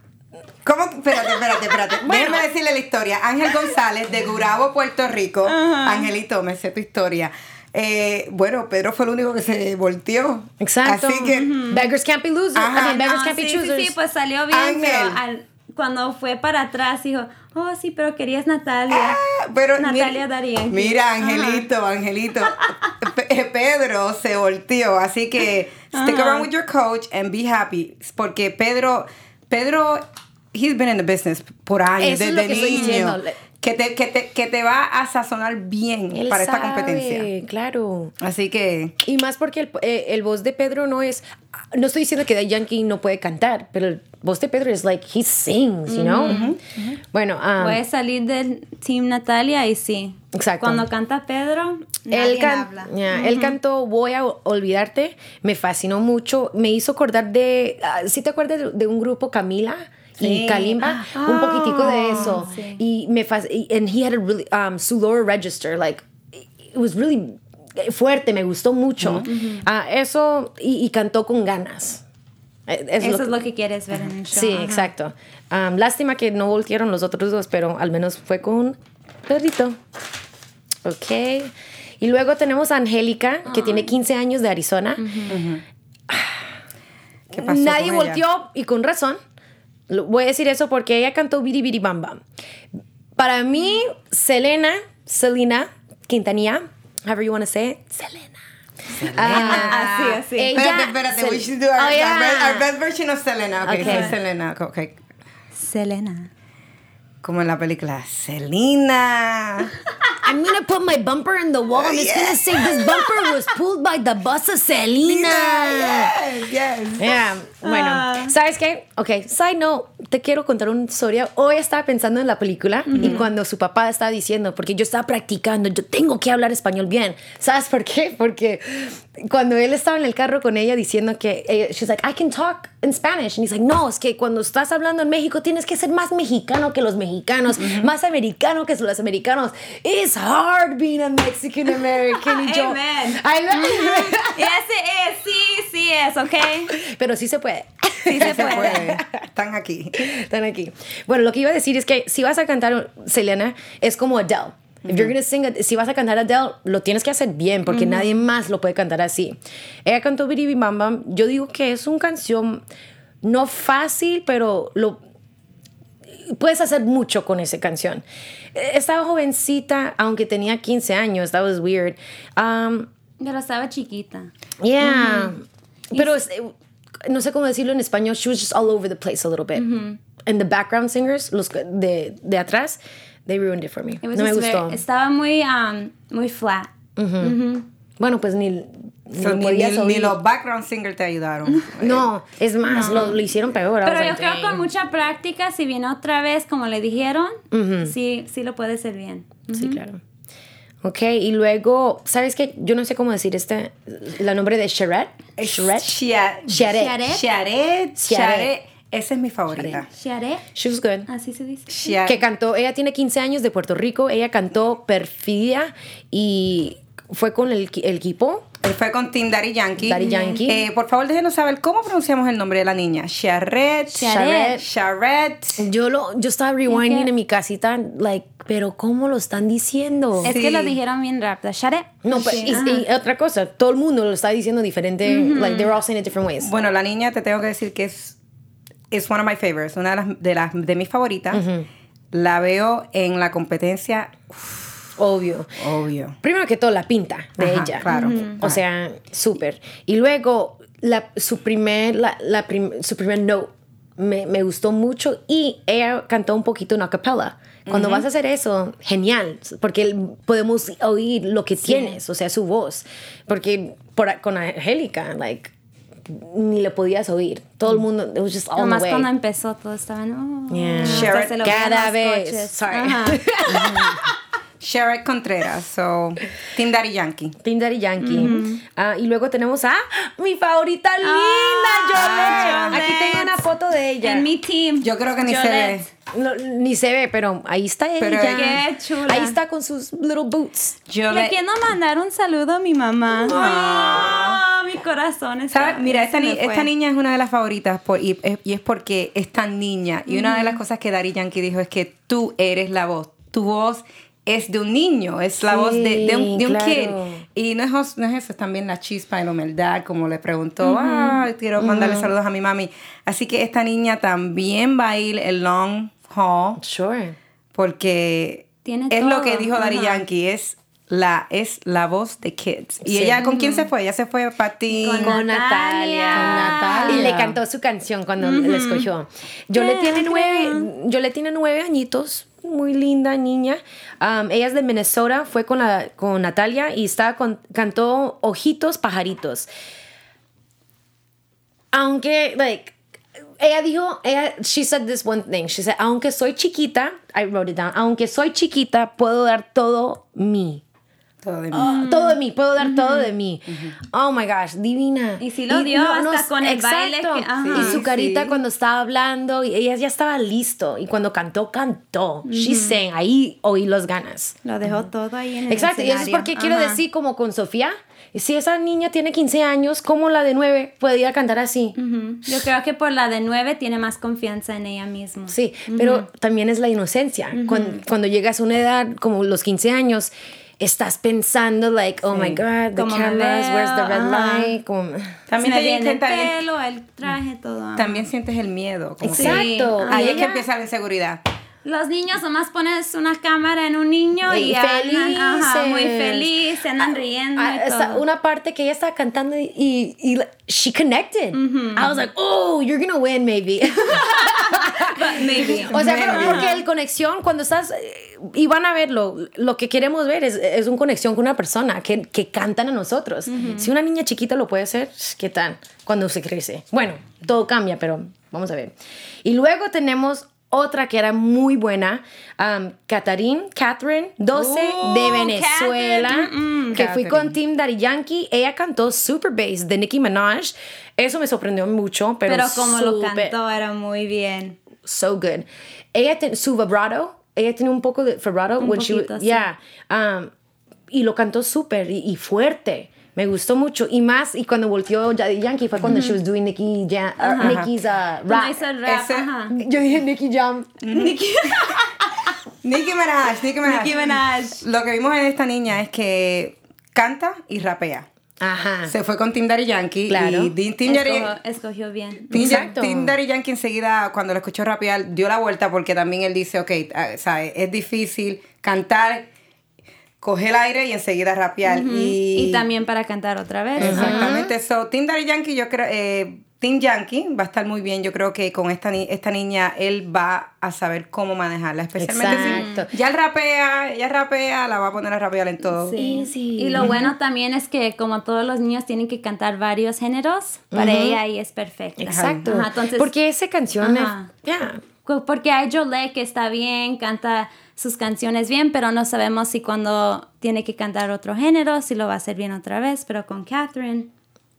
Speaker 3: ¿Cómo? que- Espérate, espérate, espérate. Déjame decirle la historia. Ángel González de Gurabo, Puerto Rico. Angelito, me sé tu historia. Eh, bueno, Pedro fue el único que se volteó.
Speaker 1: Exacto.
Speaker 3: Así que
Speaker 1: Beggars can't be losers.
Speaker 3: Ajá.
Speaker 1: I mean, beggars
Speaker 5: No,
Speaker 1: can't be
Speaker 5: sí, sí,
Speaker 1: choosers.
Speaker 5: sí, pues salió bien,
Speaker 3: Ángel.
Speaker 5: pero al- cuando fue para atrás dijo, oh, sí, pero querías Natalia.
Speaker 3: ah, Pero
Speaker 5: Natalia
Speaker 3: mira-
Speaker 5: Darien.
Speaker 3: Mira, Angelito, Angelito. Pe- eh, Pedro se volteó, así que stick around with your coach and be happy. Porque Pedro, Pedro, he's been in the business por años,
Speaker 1: Eso es
Speaker 3: desde
Speaker 1: lo que estoy
Speaker 3: niño.
Speaker 1: diciendo.
Speaker 3: Que te, que, te, que te va a sazonar bien
Speaker 1: Él
Speaker 3: para esta
Speaker 1: sabe,
Speaker 3: competencia.
Speaker 1: Claro.
Speaker 3: Así que
Speaker 1: Y más porque el, eh, el voz de Pedro no es. No estoy diciendo que Daddy Yankee no puede cantar, pero el voz de Pedro es like, he sings, you know? Bueno, um,
Speaker 5: Voy a salir del Team Natalia y sí.
Speaker 1: Exacto.
Speaker 5: Cuando canta Pedro,
Speaker 1: él,
Speaker 5: nadie
Speaker 1: can-
Speaker 5: habla.
Speaker 1: yeah, él cantó Voy a olvidarte, me fascinó mucho, me hizo acordar de, si te acuerdas de, de un grupo Camila y
Speaker 3: Sí.
Speaker 1: Kalimba,
Speaker 5: Ah.
Speaker 1: un poquitico de eso. Y me fas- y- and he had a really, um, su lower register, like, it was really fuerte, me gustó mucho. Ah, eso, y, y cantó con ganas. Eh, es
Speaker 5: Eso
Speaker 1: lo
Speaker 5: es lo que quieres ver en el show.
Speaker 1: Sí,
Speaker 5: Ajá.
Speaker 1: exacto. Um, lástima que no voltearon los otros dos, pero al menos fue con Pedrito. Ok. Y luego tenemos a Angélica, que tiene 15 años de Arizona.
Speaker 3: ¿Qué pasó
Speaker 1: Nadie
Speaker 3: con ella?
Speaker 1: volteó y con razón. Lo- Voy a decir eso porque ella cantó Biri Biri Bam Bam. Para mí, Selena, Selena, Quintanilla, however you want to say it, Selena. Ah,
Speaker 5: Así, así.
Speaker 1: ella-
Speaker 3: Espérate, espérate. We
Speaker 1: Sel-
Speaker 3: should do our,
Speaker 1: Oh, yeah.
Speaker 3: our best, our best version of Selena. Okay,
Speaker 1: Okay.
Speaker 3: so Selena. Okay.
Speaker 5: Selena.
Speaker 3: Como en la película Selena.
Speaker 1: I'm gonna put my bumper in the wall and it's gonna say this bumper was pulled by the bus of Selena.
Speaker 3: Yes, yes.
Speaker 1: Yeah, Bueno,
Speaker 5: Ah.
Speaker 1: ¿sabes qué? Ok, side note, te quiero contar una historia. Hoy estaba pensando en la película y cuando su papá estaba diciendo, porque yo estaba practicando, yo tengo que hablar español bien. ¿Sabes por qué? Porque cuando él estaba en el carro con ella diciendo que, ella- she's like, I can talk in Spanish. And he's like, no, es que cuando estás hablando en México tienes que ser más mexicano que los mexicanos, más americano que los americanos. It's hard being a Mexican American. Y yo,
Speaker 5: Amen.
Speaker 1: I love
Speaker 5: Ese es, sí, sí es, ¿ok?
Speaker 1: Pero sí se puede.
Speaker 5: Sí se
Speaker 3: Se
Speaker 5: puede.
Speaker 3: fue. Están aquí.
Speaker 1: Están aquí. Bueno, lo que iba a decir es que si vas a cantar Selena, es como Adele. If you're gonna sing, si vas a cantar Adele, lo tienes que hacer bien porque nadie más lo puede cantar así. Ella cantó Biribi Bam Bam. Yo digo que es una canción no fácil, pero lo puedes hacer mucho con esa canción. Eh, Estaba jovencita, aunque tenía 15 años. That was weird. Um,
Speaker 5: Pero estaba chiquita.
Speaker 1: Yeah. Pero es- eh, no sé cómo decirlo en español. She was just all over the place a little bit. And the background singers, los que- de, de atrás, they ruined it for me.
Speaker 5: It was
Speaker 1: no me
Speaker 5: just very-
Speaker 1: gustó.
Speaker 5: estaba muy, um, muy flat.
Speaker 1: Bueno, pues ni,
Speaker 3: So,
Speaker 1: ni
Speaker 3: ni,
Speaker 1: podías
Speaker 3: ni-
Speaker 1: oír.
Speaker 3: ni los background singers te ayudaron.
Speaker 1: No, es más, Lo, lo hicieron peor. I
Speaker 5: Pero
Speaker 1: was
Speaker 5: yo
Speaker 1: like,
Speaker 5: creo que
Speaker 1: "Dang".
Speaker 5: con mucha práctica, si viene otra vez, como le dijeron, sí, sí lo puede hacer bien.
Speaker 1: Sí, claro. Ok, y luego, ¿sabes qué? Yo no sé cómo decir este, la nombre de Charette. Charette.
Speaker 3: Chia-
Speaker 1: Charette.
Speaker 5: Charette.
Speaker 1: Charet.
Speaker 3: Charet. Charet. Esa es mi favorita.
Speaker 5: Chiaré,
Speaker 1: She was good.
Speaker 5: así se dice.
Speaker 3: Charet.
Speaker 1: que cantó, ella tiene 15 años de Puerto Rico, ella cantó Perfidia y fue con el, el equipo.
Speaker 3: Él fue con Team Daddy Yankee.
Speaker 1: Daddy Yankee.
Speaker 3: Eh, por favor, déjenos saber cómo pronunciamos el nombre de la niña. Charret.
Speaker 1: Charette.
Speaker 3: Charette.
Speaker 1: Yo lo yo estaba rewinding en mi casita, like, pero ¿cómo lo están diciendo?
Speaker 5: Es
Speaker 3: Sí.
Speaker 5: que lo dijeron bien rápido. Chiaré.
Speaker 1: No, pero- y, y otra cosa, todo el mundo lo está diciendo diferente, like they're all saying it different ways.
Speaker 3: Bueno, la niña te tengo que decir que es es one of my favorites, una de las de, las, de mis favoritas. La veo en la competencia,
Speaker 1: Obvio.
Speaker 3: obvio.
Speaker 1: Primero que todo, la pinta de
Speaker 3: Ajá,
Speaker 1: ella.
Speaker 3: claro.
Speaker 1: O sea, súper. Y luego, la, su, primer, la, la prim- su primer note me, me gustó mucho y ella cantó un poquito en a cappella. Cuando vas a hacer eso, genial, porque el- podemos oír lo que tienes, o sea, su voz. Porque por- con Angélica, like, ni le podías oír. Todo el mundo, it was just all the
Speaker 5: Nomás
Speaker 1: way.
Speaker 5: cuando empezó todo estaban. Oh,
Speaker 1: Yeah.
Speaker 5: hasta se lo veían
Speaker 1: Cada
Speaker 5: los
Speaker 1: vez.
Speaker 5: coches.
Speaker 1: Sorry.
Speaker 5: Ajá.
Speaker 3: Sherrod Contreras, so Team Daddy Yankee.
Speaker 1: Team Daddy Yankee. Ah, y luego tenemos a mi favorita linda,
Speaker 5: Ah,
Speaker 1: Yolette. Aquí
Speaker 5: Yolette.
Speaker 1: tengo una foto de ella.
Speaker 5: En mi team.
Speaker 3: Yo creo que ni se
Speaker 5: Yolette.
Speaker 3: ve.
Speaker 1: No, ni se ve, pero ahí está
Speaker 3: Pero
Speaker 1: ella.
Speaker 5: qué chula.
Speaker 1: Ahí está con sus little boots.
Speaker 3: Yo
Speaker 5: Le
Speaker 3: le-
Speaker 5: quiero mandar un saludo a mi mamá. Ah, mi corazón está.
Speaker 3: ¿Sabes? Mira, esta,
Speaker 5: se
Speaker 3: ni-
Speaker 5: me fue.
Speaker 3: esta niña es una de las favoritas por- y, es- y es porque es tan niña. Y una de las cosas que Daddy Yankee dijo es que tú eres la voz. Tu voz es de un niño, es la
Speaker 1: Sí,
Speaker 3: voz de, de un, de un
Speaker 1: claro.
Speaker 3: kid. Y no es, os- no es eso, es también la chispa y la humildad, como le preguntó, ah, quiero mandarle saludos a mi mami. Así que esta niña también va a ir el long haul
Speaker 1: Sure.
Speaker 3: porque
Speaker 5: Tiene
Speaker 3: es lo que
Speaker 5: todo,
Speaker 3: dijo Daddy
Speaker 5: ajá.
Speaker 3: Yankee, es la, es la voz de kids. Y
Speaker 1: Sí.
Speaker 3: ella, ¿con quién se fue? Ella se fue para ti.
Speaker 1: Con Natalia. Con
Speaker 5: Natalia.
Speaker 1: Natalia. Y
Speaker 3: Natalia.
Speaker 1: le cantó su canción cuando la escogió. Yo le
Speaker 5: Yeah,
Speaker 1: tiene
Speaker 5: I
Speaker 1: nueve, yo le tiene nueve añitos. Muy linda niña. Um, ella es de Minnesota, fue con, la, con Natalia y estaba con, cantó Ojitos Pajaritos. aunque, like, ella dijo, ella, she said this one thing. She said, aunque soy chiquita, I wrote it down, aunque soy chiquita, puedo dar todo mí.
Speaker 3: Todo de mí.
Speaker 5: Oh,
Speaker 1: Ah, todo
Speaker 5: Mm.
Speaker 1: de mí, puedo dar todo de mí. Oh my gosh, divina.
Speaker 5: Y sí lo dio, hasta con el baile que- ajá.
Speaker 1: Y su
Speaker 3: Sí,
Speaker 1: carita
Speaker 3: sí.
Speaker 1: cuando estaba hablando, y ella ya estaba listo. Y cuando cantó, cantó. She sang, ahí oí los ganas.
Speaker 5: Lo dejó todo ahí en el
Speaker 1: Exacto, y eso es
Speaker 5: escenario.
Speaker 1: porque quiero
Speaker 5: Ajá.
Speaker 1: decir, como con Sofía, si esa niña tiene 15 años, como la de 9 podía cantar así?
Speaker 5: Mm. Yo creo que por la de nueve tiene más confianza en ella misma.
Speaker 1: Sí, pero también es la inocencia. Cuan- cuando, llegas a una edad como los 15 años, estás pensando, like, oh my God, the
Speaker 5: ¿Cómo me
Speaker 1: cameras, where's the red
Speaker 5: veo? Ajá.
Speaker 1: light? Como-
Speaker 3: También
Speaker 5: Se me
Speaker 3: te
Speaker 5: viene el
Speaker 3: intenta-
Speaker 5: pelo, el traje, todo.
Speaker 3: También sientes el miedo. como que-
Speaker 5: Exacto.
Speaker 3: Ahí es que
Speaker 1: Ella-
Speaker 3: empieza la inseguridad.
Speaker 5: Los niños nomás pones una cámara en un niño y,
Speaker 1: Y
Speaker 5: andan ajá, muy
Speaker 1: felices.
Speaker 5: feliz, se andan riendo.
Speaker 1: Ah,
Speaker 5: y
Speaker 1: esa-
Speaker 5: todo.
Speaker 1: una parte que ella estaba cantando y, y- y la- she connected. I was like, oh, you're gonna win, maybe.
Speaker 5: But Maybe.
Speaker 1: O sea, pero porque el conexión, cuando estás, eh, y van a verlo, lo que queremos ver es, es una conexión con una persona que, que cantan a nosotros. Si una niña chiquita lo puede hacer, ¿qué tal? Cuando se crece. Bueno, todo cambia, pero vamos a ver. Y luego tenemos otra que era muy buena, um, Catherine, Catherine 12 de
Speaker 5: Oh,
Speaker 1: Venezuela,
Speaker 5: Catherine, Mm,
Speaker 1: que fui
Speaker 3: Catherine.
Speaker 1: con Team Daddy Yankee. Ella cantó Super Bass de Nicki Minaj. Eso me sorprendió mucho, pero,
Speaker 5: Pero, como lo
Speaker 1: súper-
Speaker 5: cantó era muy bien.
Speaker 1: so good. Ella te- su vibrato, ella tiene un poco de vibrato
Speaker 5: Un
Speaker 1: when she
Speaker 5: poquito, sí.
Speaker 1: yeah. Um, y lo cantó súper y, y fuerte. Me gustó mucho y más y cuando volteó Daddy Yankee fue cuando she was doing Nicki Jam, uh, Nicki's uh,
Speaker 5: Como
Speaker 1: rap.
Speaker 5: hizo el rap,
Speaker 3: Ese-
Speaker 5: ajá.
Speaker 1: Yo dije Nicki Jam.
Speaker 5: Nicki
Speaker 3: Nicki Minaj, Nicki Minaj.
Speaker 5: Nicki Minaj.
Speaker 3: Lo que vimos en esta niña es que canta y rapea.
Speaker 5: Ah.
Speaker 1: Ajá.
Speaker 3: Se fue con Tim Daddy Yankee
Speaker 1: Claro.
Speaker 3: y di- Tim Daddy
Speaker 5: Escogió, escogió bien.
Speaker 3: Tim,
Speaker 1: Exacto.
Speaker 3: Tim Daddy Yankee enseguida, cuando lo escuchó rapear, dio la vuelta porque también él dice, ok, ah, ¿sabes? es difícil cantar, coger el aire y enseguida rapear. y,
Speaker 5: Y, también para cantar otra vez.
Speaker 3: Exactamente. So, Team Daddy Yankee, yo creo, eh, Team Yankee va a estar muy bien. Yo creo que con esta, ni- esta niña él va a saber cómo manejarla. Especialmente
Speaker 1: Exacto.
Speaker 3: si ya él rapea, ella rapea, la va a poner a rapear en todo.
Speaker 5: Sí. Y lo bueno también es que como todos los niños tienen que cantar varios géneros, para ella ahí es perfecto.
Speaker 1: Exacto.
Speaker 5: Ajá, entonces,
Speaker 1: Porque esa canción es-
Speaker 5: Ajá.
Speaker 1: yeah.
Speaker 5: cu- porque hay Jolet que está bien, canta sus canciones bien, pero no sabemos si cuando tiene que cantar otro género, si lo va a hacer bien otra vez, pero con Catherine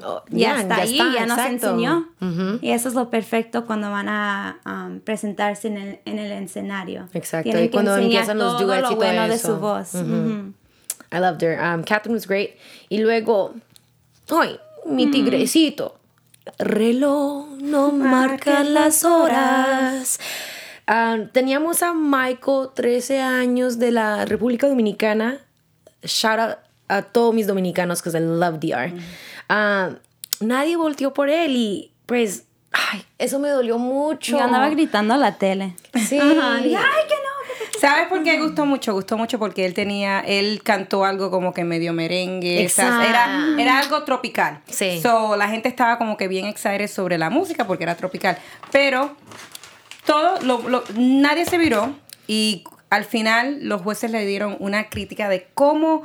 Speaker 1: Oh,
Speaker 5: ya
Speaker 1: yeah,
Speaker 5: está ahí, ya nos
Speaker 1: exacto.
Speaker 5: enseñó. Y eso es lo perfecto cuando van a um, presentarse en el, en el escenario.
Speaker 1: Exacto,
Speaker 5: Tienen
Speaker 1: y
Speaker 5: que
Speaker 1: cuando
Speaker 5: enseñar
Speaker 1: empiezan los
Speaker 5: todo
Speaker 1: duets y
Speaker 5: lo
Speaker 1: todo
Speaker 5: bueno de
Speaker 1: eso.
Speaker 5: su voz. ujú.
Speaker 1: I loved her. Um, Catherine was great. Y luego, ay, mi tigrecito. Reloj no marca las horas. Um, teníamos a Michael, 13 años, de la República Dominicana. Shout out a todos mis dominicanos, because I love DR. Um, nadie volteó por él y, pues, ay, eso me dolió mucho.
Speaker 5: Yo andaba gritando a la tele.
Speaker 1: Sí.
Speaker 5: Ajá, dije, "Ay, que no".
Speaker 3: ¿Sabes por qué gustó mucho? Gustó mucho porque él tenía, él cantó algo como que medio merengue,
Speaker 1: Exacto.
Speaker 3: ¿sabes? era, era algo tropical.
Speaker 1: Sí.
Speaker 3: So, la gente estaba como que bien excited sobre la música porque era tropical. Pero todo, lo- lo- nadie se viró y al final los jueces le dieron una crítica de cómo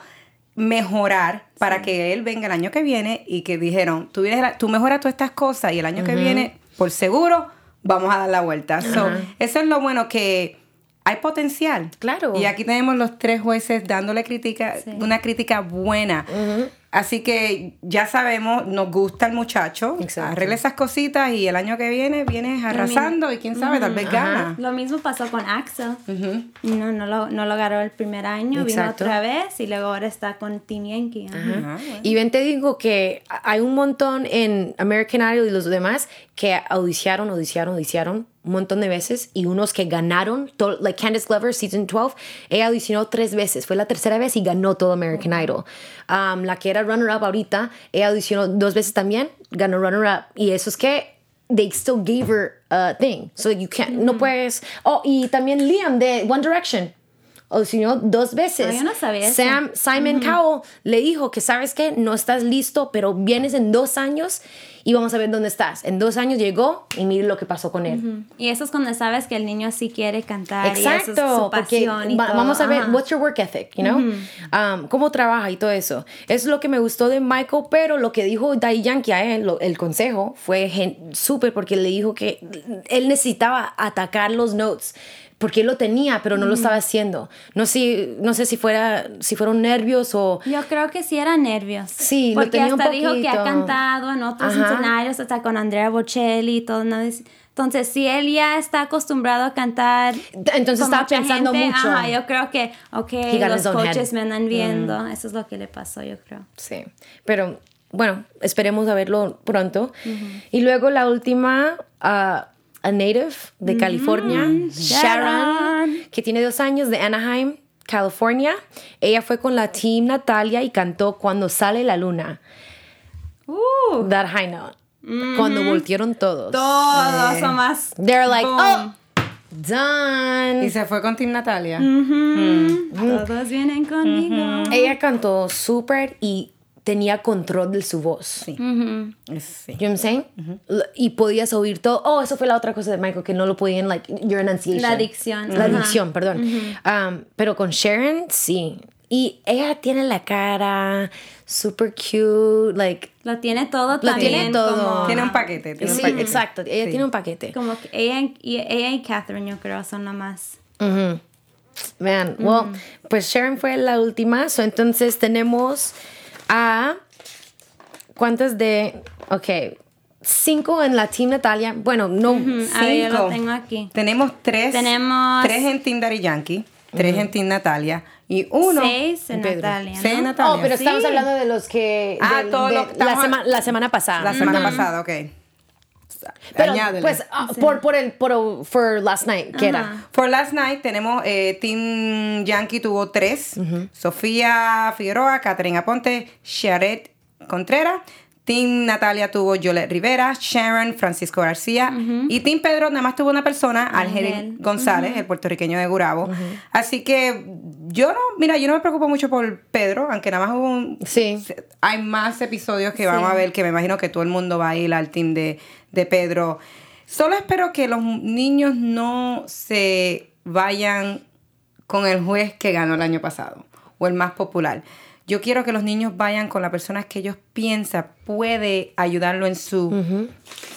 Speaker 3: mejorar para que él venga el año que viene y que dijeron, tú, vienes la- tú mejoras todas estas cosas y el año que viene, por seguro, vamos a dar la vuelta. So, eso es lo bueno que hay potencial.
Speaker 1: Claro.
Speaker 3: Y aquí tenemos los tres jueces dándole crítica, una crítica buena. Así que ya sabemos, nos gusta el muchacho.
Speaker 1: Exacto.
Speaker 3: Arregla esas cositas y el año que viene vienes arrasando y quién sabe, tal vez
Speaker 1: Ah.
Speaker 3: gana.
Speaker 5: Lo mismo pasó con Axel. No, no lo, no lo agarró el primer año,
Speaker 1: Exacto.
Speaker 5: vino otra vez y luego ahora está con Team Yankee. ajá.
Speaker 1: Y ven, te digo que hay un montón en American Idol y los demás que audiciaron, audiciaron, audiciaron un montón de veces y unos que ganaron, to- like Candice Glover, Season 12, ella audicionó tres veces, fue la tercera vez y ganó todo American Idol. Um, la que era runner-up ahorita, ella audicionó dos veces también, ganó runner-up. Y eso es que they still gave her a thing. So you can't, no puedes. Oh, y también Liam de One Direction. Audicionó dos veces.
Speaker 5: Ah, yo no sabía eso.
Speaker 1: Sam Simon Cowell le dijo que sabes que no estás listo, pero vienes en dos años y vamos a ver dónde estás. En dos años llegó y mire lo que pasó con él.
Speaker 5: Y eso es cuando sabes que el niño sí quiere cantar. Y eso es
Speaker 1: Exacto,
Speaker 5: su
Speaker 1: porque
Speaker 5: pasión y
Speaker 1: va-
Speaker 5: todo,
Speaker 1: vamos a ver
Speaker 5: ajá.
Speaker 1: what's your work ethic, you know, Um, cómo trabaja y todo eso. Es lo que me gustó de Michael, pero lo que dijo Daddy Yankee a él, lo- el consejo fue gen- súper porque le dijo que él necesitaba atacar los notes. Porque él lo tenía, pero no lo estaba haciendo. No sé, no sé si fuera, si fueron nervios o
Speaker 5: Yo creo que sí eran nervios.
Speaker 1: Sí, lo
Speaker 5: Porque
Speaker 1: tenía un
Speaker 5: hasta dijo que
Speaker 1: poquito.
Speaker 5: ha cantado en otros
Speaker 1: Ajá.
Speaker 5: escenarios, hasta con Andrea Bocelli y todo. ¿no? Entonces, si él ya está acostumbrado a cantar.
Speaker 1: Entonces
Speaker 5: con
Speaker 1: estaba
Speaker 5: mucha
Speaker 1: pensando
Speaker 5: gente,
Speaker 1: mucho.
Speaker 5: Ajá, yo creo que, ok,
Speaker 1: got
Speaker 5: los
Speaker 1: his own head. Mm.
Speaker 5: coaches me andan viendo. Eso es lo que le pasó, yo creo.
Speaker 1: Sí, pero bueno, esperemos a verlo pronto. Y luego la última, ah, a native de California, Sharon,
Speaker 5: Sharon.
Speaker 1: que tiene dos años de Anaheim, California. Ella fue con la team Natalia y cantó Cuando sale la luna,
Speaker 5: Uh,
Speaker 1: That High Note, cuando voltearon todos.
Speaker 5: todos son más.
Speaker 1: They're like,
Speaker 5: boom.
Speaker 1: oh, done.
Speaker 3: Y se fue con Team Natalia.
Speaker 5: Todos vienen conmigo.
Speaker 1: Ella cantó súper y tenía control de su voz.
Speaker 3: Sí. Es- sí.
Speaker 1: You know what I'm saying? L- Y podías oír todo. Oh, eso fue la otra cosa de Michael, que no lo podían, like, your enunciation.
Speaker 5: La dicción.
Speaker 1: La
Speaker 5: Ajá.
Speaker 1: dicción, perdón. Um, pero con Sharon, sí. Y ella tiene la cara super cute, like...
Speaker 5: Lo tiene todo
Speaker 1: Lo
Speaker 5: también.
Speaker 1: tiene todo.
Speaker 5: Como,
Speaker 3: Tiene un paquete, tiene un
Speaker 1: sí,
Speaker 3: paquete.
Speaker 1: exacto. Ella
Speaker 3: Sí.
Speaker 1: tiene un paquete.
Speaker 5: como que ella, y- ella y Catherine, yo creo, son la más.
Speaker 1: Ujú. Vean, well, pues Sharon fue la última, so entonces tenemos a cuántas de, ok, cinco en la Team Natalia, bueno, no,
Speaker 5: A ver, Ah, yo lo
Speaker 3: Cinco.
Speaker 5: tengo aquí.
Speaker 3: Tenemos tres.
Speaker 5: Tenemos-
Speaker 3: Tres en Team Daddy Yankee, tres en Team Natalia y uno.
Speaker 5: Seis en
Speaker 1: Pedro.
Speaker 5: Natalia. ¿no?
Speaker 3: Seis en Natalia.
Speaker 1: Oh, pero
Speaker 5: Sí.
Speaker 1: estamos hablando de los que
Speaker 3: Ah,
Speaker 1: de-
Speaker 3: todo
Speaker 1: de
Speaker 3: lo-
Speaker 1: la,
Speaker 3: estamos-
Speaker 1: sema- la semana pasada.
Speaker 3: La semana pasada, ok.
Speaker 1: Pero,
Speaker 3: Añádele.
Speaker 1: pues ah, por por el por for last night, que era.
Speaker 3: For last night tenemos eh, Team Yankee tuvo tres. Sofía Figueroa, Catherine Aponte, Sharet Contreras. Team Natalia tuvo Yolette Rivera, Sharon Francisco García y Team Pedro nada más tuvo una persona, Ángel González, el puertorriqueño de Gurabo. Así que yo no, mira, yo no me preocupo mucho por Pedro, aunque nada más hubo un...
Speaker 1: Sí.
Speaker 3: Hay más episodios que vamos a ver que me imagino que todo el mundo va a ir al team de, de Pedro. Solo espero que los niños no se vayan con el juez que ganó el año pasado o el más popular. Yo quiero que los niños vayan con la persona que ellos piensan puede ayudarlo en su,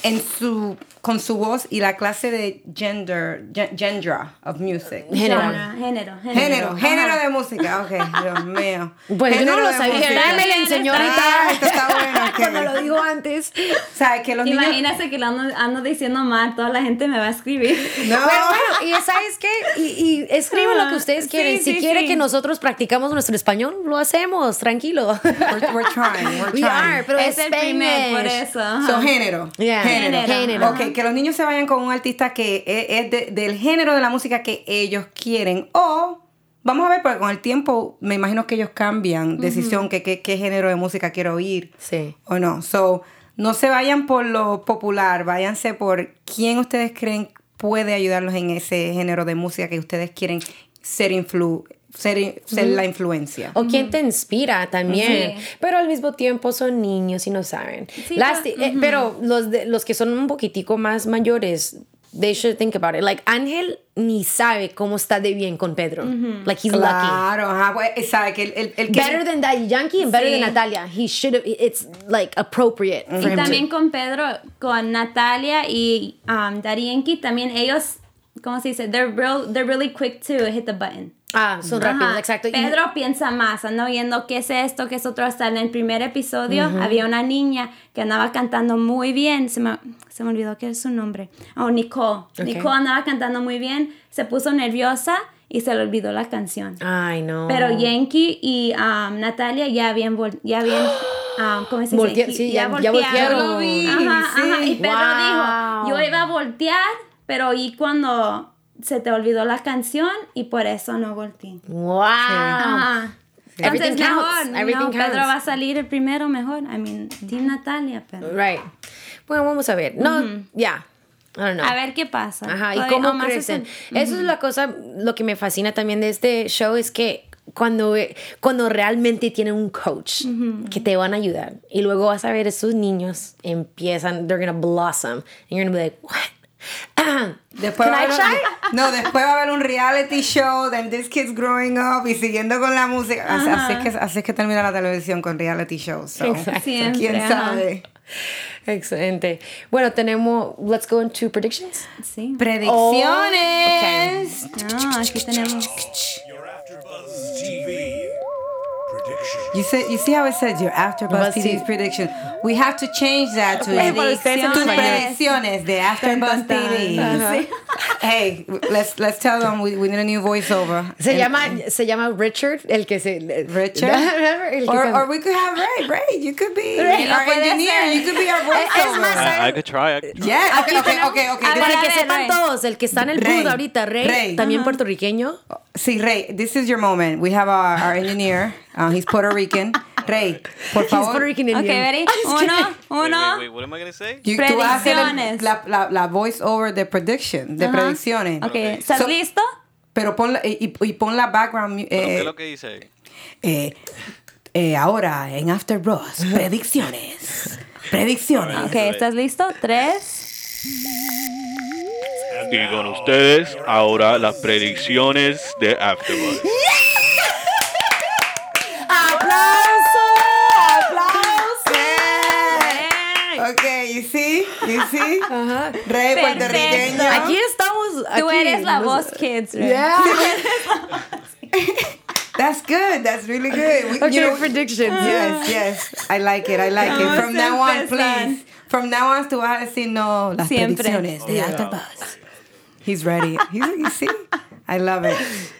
Speaker 3: en su, con su voz y la clase de gender, gen- genre of music.
Speaker 1: Género.
Speaker 5: Genre, Género.
Speaker 3: Género, género
Speaker 5: Ajá.
Speaker 3: de música, ok, Dios mío.
Speaker 1: Pues yo no
Speaker 3: Género
Speaker 1: lo
Speaker 3: de
Speaker 1: sabía,
Speaker 3: música.
Speaker 1: Dani me lo enseñó
Speaker 5: Está
Speaker 3: Ah, esto
Speaker 1: ahorita.
Speaker 3: está bueno, Kevin.
Speaker 1: Cuando lo digo antes.
Speaker 3: O sea, que los niños...
Speaker 5: Imagínate que lo ando, ando diciendo mal, toda la gente me va a escribir.
Speaker 3: No,
Speaker 1: Pero Pues bueno, y sabes qué, y, y escribe
Speaker 3: Ah,
Speaker 1: lo que ustedes
Speaker 5: Sí,
Speaker 1: quieren. si
Speaker 5: sí,
Speaker 1: quiere
Speaker 5: sí.
Speaker 1: que nosotros practicamos nuestro español, lo hacemos, tranquilo.
Speaker 3: we're, we're trying, we're
Speaker 1: We are,
Speaker 3: trying.
Speaker 1: pero
Speaker 5: es
Speaker 1: es
Speaker 5: el primer, por
Speaker 1: Spanish.
Speaker 5: eso. ajá.
Speaker 3: So, género.
Speaker 1: Yeah.
Speaker 3: Género.
Speaker 1: Género.
Speaker 3: Ok, que los niños se vayan con un artista que e- es, de- del género de la música que ellos quieren. O, vamos a ver, porque con el tiempo me imagino que ellos cambian decisión, que, que- qué género de música quiero oír.
Speaker 1: Sí.
Speaker 3: o no. So, no se vayan por lo popular, váyanse por quién ustedes creen puede ayudarlos en ese género de música que ustedes quieren ser influ ser, in- ser la influencia.
Speaker 1: O quien te inspira también.
Speaker 5: Sí.
Speaker 1: Pero al mismo tiempo son niños y no saben.
Speaker 5: Sí,
Speaker 1: Lasti-
Speaker 5: pero-
Speaker 1: eh, pero los, de- los que son un poquitico más mayores, they should think about it. Like, Ángel ni sabe cómo está de bien con Pedro. Like, he's lucky.
Speaker 3: Claro, ajá, pues, eh, sabe que el, el- el que-
Speaker 1: Better than Daddy Yankee and better
Speaker 5: Sí.
Speaker 1: than Natalia. He should have, it's like appropriate. for
Speaker 5: Y
Speaker 1: him to-
Speaker 5: también con Pedro, con Natalia y um, Daddy Yankee, también ellos, ¿cómo se dice? They're, real, they're really quick to hit the button.
Speaker 1: Ah, son
Speaker 5: Ajá.
Speaker 1: rápidos, exacto. Y-
Speaker 5: Pedro piensa más, anda oyendo qué es esto, qué es otro. Hasta en el primer episodio había una niña que andaba cantando muy bien. Se me, se me olvidó qué es su nombre. Oh, Nicole.
Speaker 1: Ok.
Speaker 5: Nicole andaba cantando muy bien, se puso nerviosa y se le olvidó la canción.
Speaker 1: Ay, no.
Speaker 5: Pero Yankee y um, Natalia ya habían, vol- ya habían um, ¿cómo se dice?
Speaker 1: Voltea-
Speaker 5: Gi-
Speaker 1: sí, ya- ya voltearon. Yo lo vi,
Speaker 5: Ajá, ajá.
Speaker 1: sí.
Speaker 5: Y Pedro
Speaker 1: Wow.
Speaker 5: dijo, yo iba a voltear, pero oí cuando se te olvidó la canción y por eso no volteé.
Speaker 1: Wow. Sí.
Speaker 5: Ajá.
Speaker 1: Everything
Speaker 5: Ah, Entonces mejor,
Speaker 1: counts, everything
Speaker 5: no, Pedro
Speaker 1: counts.
Speaker 5: va a salir el primero mejor. I mean, Team Natalia, pero...
Speaker 1: Right. Bueno, vamos a ver. No, ya. I don't know.
Speaker 5: A ver qué pasa.
Speaker 1: Ajá, y
Speaker 5: Todavía- o
Speaker 1: cómo
Speaker 5: más
Speaker 1: crecen.
Speaker 5: es
Speaker 1: Eso es la cosa, lo que me fascina también de este show es que cuando, cuando realmente tienen un coach que te van a ayudar y luego vas a ver esos niños empiezan, they're gonna blossom and you're gonna be like, what?
Speaker 3: Después
Speaker 1: Can
Speaker 3: va, a
Speaker 1: I
Speaker 3: haber,
Speaker 1: try?
Speaker 3: no, después va a haber un reality show de This Kids Growing Up y siguiendo con la música. Así, así es que, así es que termina la televisión con reality shows. so,
Speaker 1: Exacto.
Speaker 5: Siempre,
Speaker 3: ¿Quién
Speaker 5: ajá.
Speaker 3: sabe?
Speaker 1: Excelente. Bueno, tenemos, let's go into predictions.
Speaker 5: un- Sí.
Speaker 3: Predicciones.
Speaker 5: No, aquí tenemos...
Speaker 6: Your AfterBuzz TV prediction.
Speaker 3: You said you see how it says your AfterBuzz
Speaker 1: Buzz
Speaker 3: TV's
Speaker 1: TV.
Speaker 3: prediction. We have to change that to
Speaker 1: Hey, para ustedes en
Speaker 3: tus
Speaker 1: español.
Speaker 3: predicciones de AfterBuzz TV. Hey, let's let's tell them we, we need a new voiceover.
Speaker 1: Se
Speaker 3: And-
Speaker 1: llama, se llama Richard, el que se...
Speaker 3: Richard.
Speaker 1: El que
Speaker 3: or,
Speaker 1: se-
Speaker 3: or we could have Ray. Ray, you could be
Speaker 5: Ray, no
Speaker 3: our
Speaker 5: puede
Speaker 3: engineer.
Speaker 5: ser.
Speaker 3: You could be our
Speaker 1: Es más,
Speaker 3: voiceover.
Speaker 1: ¿saben
Speaker 7: Ah, I, I could try. I could try.
Speaker 3: Yeah. Okay. Okay. Okay.
Speaker 5: A
Speaker 3: okay.
Speaker 5: ver,
Speaker 1: Para
Speaker 5: a
Speaker 1: que
Speaker 5: ver,
Speaker 1: sepan
Speaker 5: Rey.
Speaker 1: todos, el que está en el
Speaker 3: Rey.
Speaker 1: booth ahorita, Rey,
Speaker 3: Rey.
Speaker 1: también puertorriqueño.
Speaker 3: Sí, Ray, this is your moment. We have our, our engineer. Uh, he's Puerto Rican. Ray, por
Speaker 1: He's
Speaker 3: favor.
Speaker 1: Puerto Rican
Speaker 5: Ok,
Speaker 1: Indian.
Speaker 5: ready?
Speaker 1: I'm just
Speaker 5: Uno,
Speaker 1: kidding.
Speaker 7: Wait,
Speaker 5: uno.
Speaker 7: wait, wait, what am I gonna say?
Speaker 3: You- tú vas a hacer el-
Speaker 5: Predicciones.
Speaker 3: la, la, la voiceover de prediction, de
Speaker 5: Ajá.
Speaker 3: predicciones.
Speaker 5: Ok, ¿estás
Speaker 3: So-
Speaker 5: listo?
Speaker 3: Pero pon la, y, y- y pon la background. mu-
Speaker 7: Pero, ¿Qué
Speaker 3: Eh,
Speaker 7: es lo que dice?
Speaker 3: eh, eh, ahora en After Bros, predicciones. Predicciones.
Speaker 5: Ok, ¿estás listo? Tres.
Speaker 7: Y con ustedes, ahora las predicciones de Afterbuzz.
Speaker 1: ¡Aplauso! ¡Aplauso!
Speaker 3: Ok, y sí, y sí. Rey
Speaker 5: Perfecto.
Speaker 3: puertorriqueño.
Speaker 1: Aquí estamos.
Speaker 5: Tú
Speaker 1: aquí.
Speaker 5: eres la
Speaker 1: Nos-
Speaker 5: voz, kids. right?
Speaker 1: Yeah.
Speaker 3: That's good. That's really good. We-
Speaker 1: Okay,
Speaker 3: you know-
Speaker 1: predictions.
Speaker 3: Yes, yes. I like it. I like it.
Speaker 5: Vamos
Speaker 3: From now on,
Speaker 5: empezando.
Speaker 3: please. From now on, tú vas a decir no las
Speaker 5: Siempre.
Speaker 3: predicciones de Afterbuzz. He's ready. He's, you see? I love it.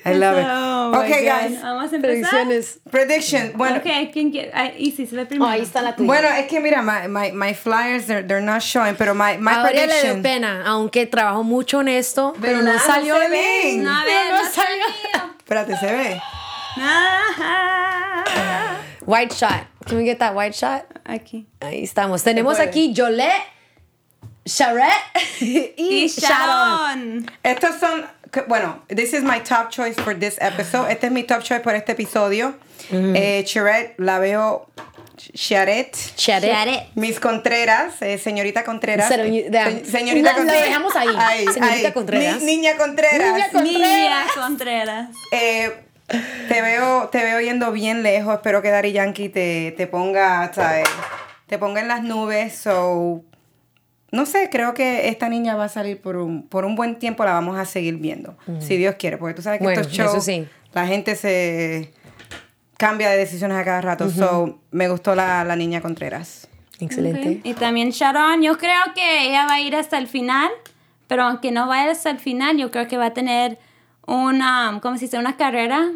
Speaker 3: I love it.
Speaker 5: Oh, my
Speaker 3: okay,
Speaker 5: God.
Speaker 3: guys.
Speaker 5: Vamos a empezar.
Speaker 1: Predicciones.
Speaker 3: Prediction. Bueno,
Speaker 5: Ok, ¿quién quiere? Ah, Isis, ve primero.
Speaker 1: Oh, Ahí está la tuya.
Speaker 3: bueno, es que mira, my, my, my flyers, they're, they're not showing, pero my, my
Speaker 1: Ahora le dio
Speaker 3: prediction.
Speaker 1: pena, aunque trabajó mucho en esto, pero no
Speaker 3: ¿Verdad?
Speaker 1: salió
Speaker 3: se
Speaker 1: bien.
Speaker 3: ven.
Speaker 5: No, a ver,
Speaker 1: No
Speaker 5: no,
Speaker 1: salió.
Speaker 5: salió.
Speaker 3: Espérate, se ve.
Speaker 5: Ah,
Speaker 1: White shot. Can we get that white shot?
Speaker 5: Aquí.
Speaker 1: Ahí estamos. Tenemos aquí Yolette, Charette y,
Speaker 5: Y
Speaker 1: Sharon.
Speaker 5: Sharon.
Speaker 3: Estos son, que- bueno, this is my top choice for this episode. Este es mi top choice por este episodio.
Speaker 1: Mm-hmm.
Speaker 3: Eh, Charette, la veo. Charette.
Speaker 1: Charette.
Speaker 3: Mis Contreras, eh, señorita Contreras.
Speaker 1: Señor- de-
Speaker 3: Se- señorita
Speaker 1: la- la
Speaker 3: Contreras.
Speaker 1: dejamos ahí. Señorita Contreras.
Speaker 3: Ni- niña Contreras.
Speaker 1: Niña Contreras.
Speaker 5: Mía Contreras.
Speaker 3: Eh, te veo, te veo yendo bien lejos. Espero que Dari Yankee te, te ponga, ¿sabes? Te ponga en las nubes. So, no sé, creo que esta niña va a salir por un, por un buen tiempo. La vamos a seguir viendo. Si Dios quiere. Porque tú sabes que
Speaker 1: Bueno,
Speaker 3: estos shows,
Speaker 1: eso sí.
Speaker 3: la gente se cambia de decisiones a cada rato. So, me gustó la, la niña Contreras.
Speaker 1: Excelente.
Speaker 5: Y también Sharon, yo creo que ella va a ir hasta el final, pero aunque no vaya hasta el final, yo creo que va a tener una, ¿cómo se dice? Una carrera.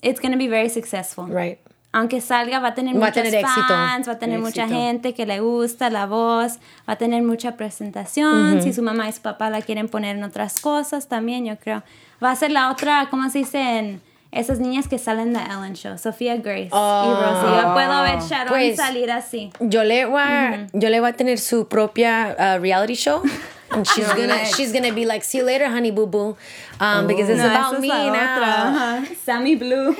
Speaker 5: It's going to be very successful.
Speaker 1: Right.
Speaker 5: Aunque salga, va a tener
Speaker 1: Va a
Speaker 5: muchos
Speaker 1: tener éxito.
Speaker 5: fans, va a tener mucha
Speaker 1: Éxito.
Speaker 5: gente que le gusta la voz, va a tener mucha presentación. Si su mamá y su papá la quieren poner en otras cosas también, yo creo. Va a ser la otra, ¿cómo se dicen? Esas niñas que salen de Ellen Show, Sofía Grace y Rosie. Yo puedo
Speaker 3: Ah.
Speaker 5: ver Sharon
Speaker 1: Oh. Pues-
Speaker 5: salir así.
Speaker 1: Yolette va, Yolette va a tener su propia uh, reality show. And she's gonna
Speaker 3: Yolette.
Speaker 1: she's gonna be like, see you later, honey boo boo. Um, because it's
Speaker 5: No,
Speaker 1: about
Speaker 5: esa es
Speaker 1: me
Speaker 5: la
Speaker 1: now.
Speaker 5: otra, ajá. Sammy Blue.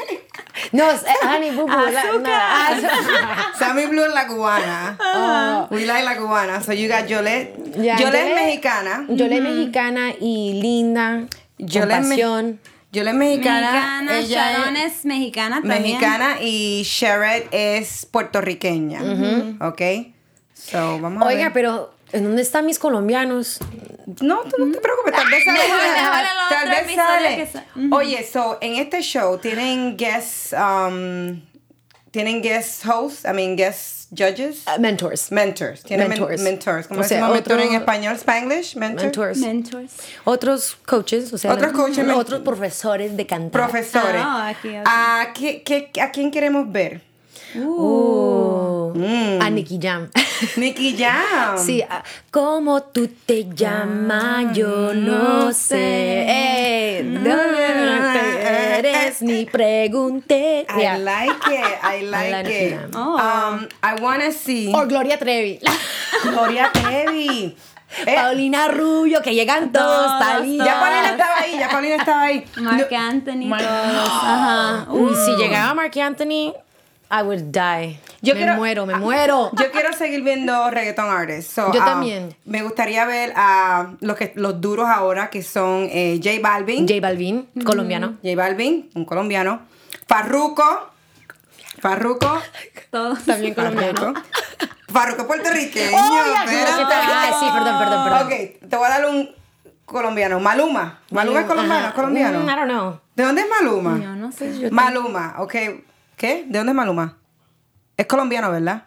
Speaker 1: No, it's, eh, honey boo boo. like, no, ah, azúcar.
Speaker 3: Sammy Blue es la cubana.
Speaker 1: Ah.
Speaker 3: We like la cubana. So you got Yolette.
Speaker 1: Yeah,
Speaker 3: Yolette
Speaker 1: Yolette-
Speaker 3: es mexicana.
Speaker 1: Yolette mexicana y linda.
Speaker 3: Yolette me-
Speaker 1: compasión.
Speaker 3: Yolette mexicana.
Speaker 5: Mexicana,
Speaker 3: ella
Speaker 5: Sharon es, mexicana también.
Speaker 3: mexicana y Sherrod es puertorriqueña. Ok. So, vamos a
Speaker 1: Oiga,
Speaker 3: ver.
Speaker 1: pero ¿en dónde están mis colombianos?
Speaker 5: Uh,
Speaker 3: No, tú no te preocupes, tal vez sale.
Speaker 5: Mejor- mejor el otro
Speaker 3: tal vez
Speaker 5: episodio
Speaker 3: sale.
Speaker 5: que sa-
Speaker 3: Oye, so, en este show tienen guest, um, tienen guest hosts, I mean, guest judges.
Speaker 1: Uh, mentors.
Speaker 3: Mentors, tienen men-
Speaker 1: Mentors.
Speaker 3: mentors. ¿Cómo
Speaker 1: O
Speaker 3: se
Speaker 1: sea,
Speaker 3: llama mentor
Speaker 1: otro-
Speaker 3: en español? ¿Spanglish? Mentor.
Speaker 1: mentors.
Speaker 5: Mentors.
Speaker 1: otros coaches, o sea,
Speaker 3: Otros coaches, men-
Speaker 1: otros profesores de cantar.
Speaker 3: Profesores.
Speaker 5: Ah, aquí, ok.
Speaker 3: ¿A, qué- qué- ¿A quién queremos ver?
Speaker 1: Uh, A Nicky Jam.
Speaker 3: Nicky Jam.
Speaker 1: Sí, ah, ¿cómo tú te llamas? Yo no sé. Ey, ¿Dónde eres? Ni pregunté.
Speaker 3: I
Speaker 1: Yeah.
Speaker 3: like it. I like
Speaker 1: like Nicky
Speaker 3: it.
Speaker 1: Jam.
Speaker 5: Oh.
Speaker 3: Um, I wanna see
Speaker 1: O Gloria Trevi.
Speaker 3: Gloria Trevi. Eh,
Speaker 1: Paulina Rubio, que llegan todos.
Speaker 5: Todos,
Speaker 1: Talía.
Speaker 3: ya Paulina estaba ahí, ya Paulina estaba ahí.
Speaker 5: Mark Anthony, todos. Ajá.
Speaker 1: Uy, si llegaba Mark Anthony, I would die.
Speaker 3: Yo
Speaker 1: me
Speaker 3: quiero-
Speaker 1: muero, me muero.
Speaker 3: Yo quiero seguir viendo reggaeton artists. So,
Speaker 1: Yo
Speaker 3: ah,
Speaker 1: también.
Speaker 3: Me gustaría ver a los que los duros ahora que son eh, J Balvin, J.
Speaker 1: J Balvin, colombiano.
Speaker 3: Balvin, un colombiano, Farruko, Farruko,
Speaker 5: Todos.
Speaker 1: También colombiano.
Speaker 3: Farruko, Farruko puertorriqueño.
Speaker 1: ¡Ay,
Speaker 3: espérate.
Speaker 1: Ah, sí, perdón, perdón, perdón.
Speaker 3: Ok, te voy a dar un colombiano. Maluma. Maluma es colombiano, es
Speaker 1: Eh, Ajá.
Speaker 3: colombiano.
Speaker 1: Mm, I don't know.
Speaker 3: ¿De dónde es Maluma?
Speaker 5: Yo no sé.
Speaker 3: Maluma, ok. ¿Qué? ¿De dónde es Maluma? Es colombiano, ¿verdad?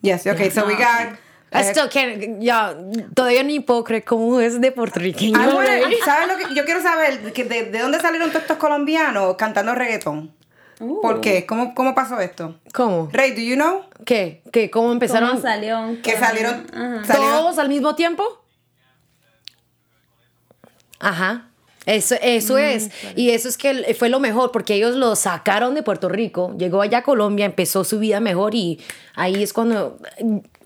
Speaker 3: Yes, ok, so
Speaker 5: Ah,
Speaker 3: we got.
Speaker 1: I
Speaker 3: eh,
Speaker 1: still can't- ya, todavía ni puedo creer cómo es de puertorriqueño.
Speaker 3: I wanna- ¿Sabes lo que yo quiero saber? Que de, de dónde salieron todos estos colombianos cantando reggaetón? ¿Por qué? ¿Cómo, ¿Cómo pasó esto?
Speaker 1: ¿Cómo?
Speaker 3: Rey, ¿do you know?
Speaker 1: ¿Qué? ¿Qué? ¿Cómo empezaron?
Speaker 5: ¿Cómo salió?
Speaker 3: Que salieron. salieron
Speaker 1: ¿Todos al mismo tiempo? Ajá. Eso,
Speaker 3: Mm,
Speaker 1: eso es. Y eso es que el- fue lo mejor, porque ellos lo sacaron de Puerto Rico, llegó allá a Colombia, empezó su vida mejor y ahí es cuando...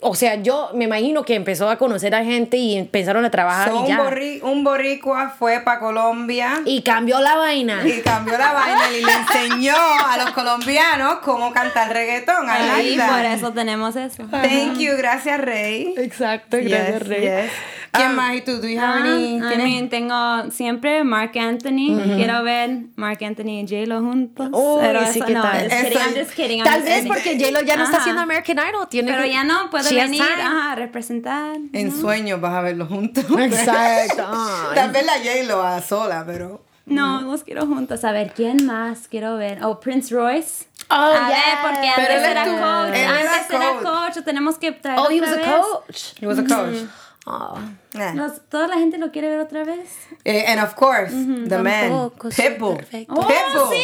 Speaker 1: o sea, yo me imagino que empezó a conocer a gente y empezaron a trabajar
Speaker 3: So,
Speaker 1: y
Speaker 3: un,
Speaker 1: ya.
Speaker 3: borri- un boricua fue para Colombia
Speaker 1: Y cambió la vaina.
Speaker 3: y cambió la vaina y le enseñó a los colombianos cómo cantar reggaetón. I like
Speaker 5: Ahí
Speaker 3: that.
Speaker 5: por eso tenemos eso.
Speaker 3: Thank you, gracias Rey.
Speaker 1: Exacto,
Speaker 3: Yes, yes. ¿Quién más? ¿Y tú? ¿Do you have any?
Speaker 5: Ah, I
Speaker 3: tienes-
Speaker 5: mean, tengo siempre Mark Anthony. Quiero ver Mark Anthony y J-Lo juntos.
Speaker 1: Uy,
Speaker 5: pero
Speaker 1: sí,
Speaker 5: eso
Speaker 1: ¿qué
Speaker 5: no,
Speaker 1: tal?
Speaker 5: I'm just kidding, I'm
Speaker 3: Eso-
Speaker 5: just kidding, I'm
Speaker 1: Tal
Speaker 5: just
Speaker 1: vez
Speaker 5: kidding.
Speaker 1: porque J-Lo ya no está
Speaker 5: Ajá.
Speaker 1: haciendo American Idol. Tiene
Speaker 5: Pero
Speaker 1: que-
Speaker 5: ya no puedo
Speaker 1: She has Eh.
Speaker 5: venir
Speaker 1: time.
Speaker 5: ajá, a representar.
Speaker 3: En sueños vas a verlo juntos.
Speaker 1: Exacto. Ay.
Speaker 3: Tal vez la J-Lo a sola, pero...
Speaker 5: No, los quiero juntos. A ver, ¿quién más quiero ver? Oh, Prince Royce.
Speaker 1: Oh, yes.
Speaker 5: a ver, porque
Speaker 3: Pero
Speaker 5: antes
Speaker 3: él
Speaker 5: era
Speaker 3: estuvo-
Speaker 5: coach.
Speaker 3: él era
Speaker 5: Antes era
Speaker 3: coach.
Speaker 5: coach. Tenemos que traer
Speaker 1: Oh, he
Speaker 5: otra
Speaker 1: was a
Speaker 5: vez.
Speaker 1: coach.
Speaker 3: He was a coach.
Speaker 1: Oh.
Speaker 3: Nah.
Speaker 5: Los- toda la gente lo quiere ver otra vez.
Speaker 3: Eh, and of course, the man.
Speaker 1: tampoco soy
Speaker 3: Pitbull.
Speaker 1: perfecta.
Speaker 5: Oh,
Speaker 3: Pitbull.
Speaker 5: sí.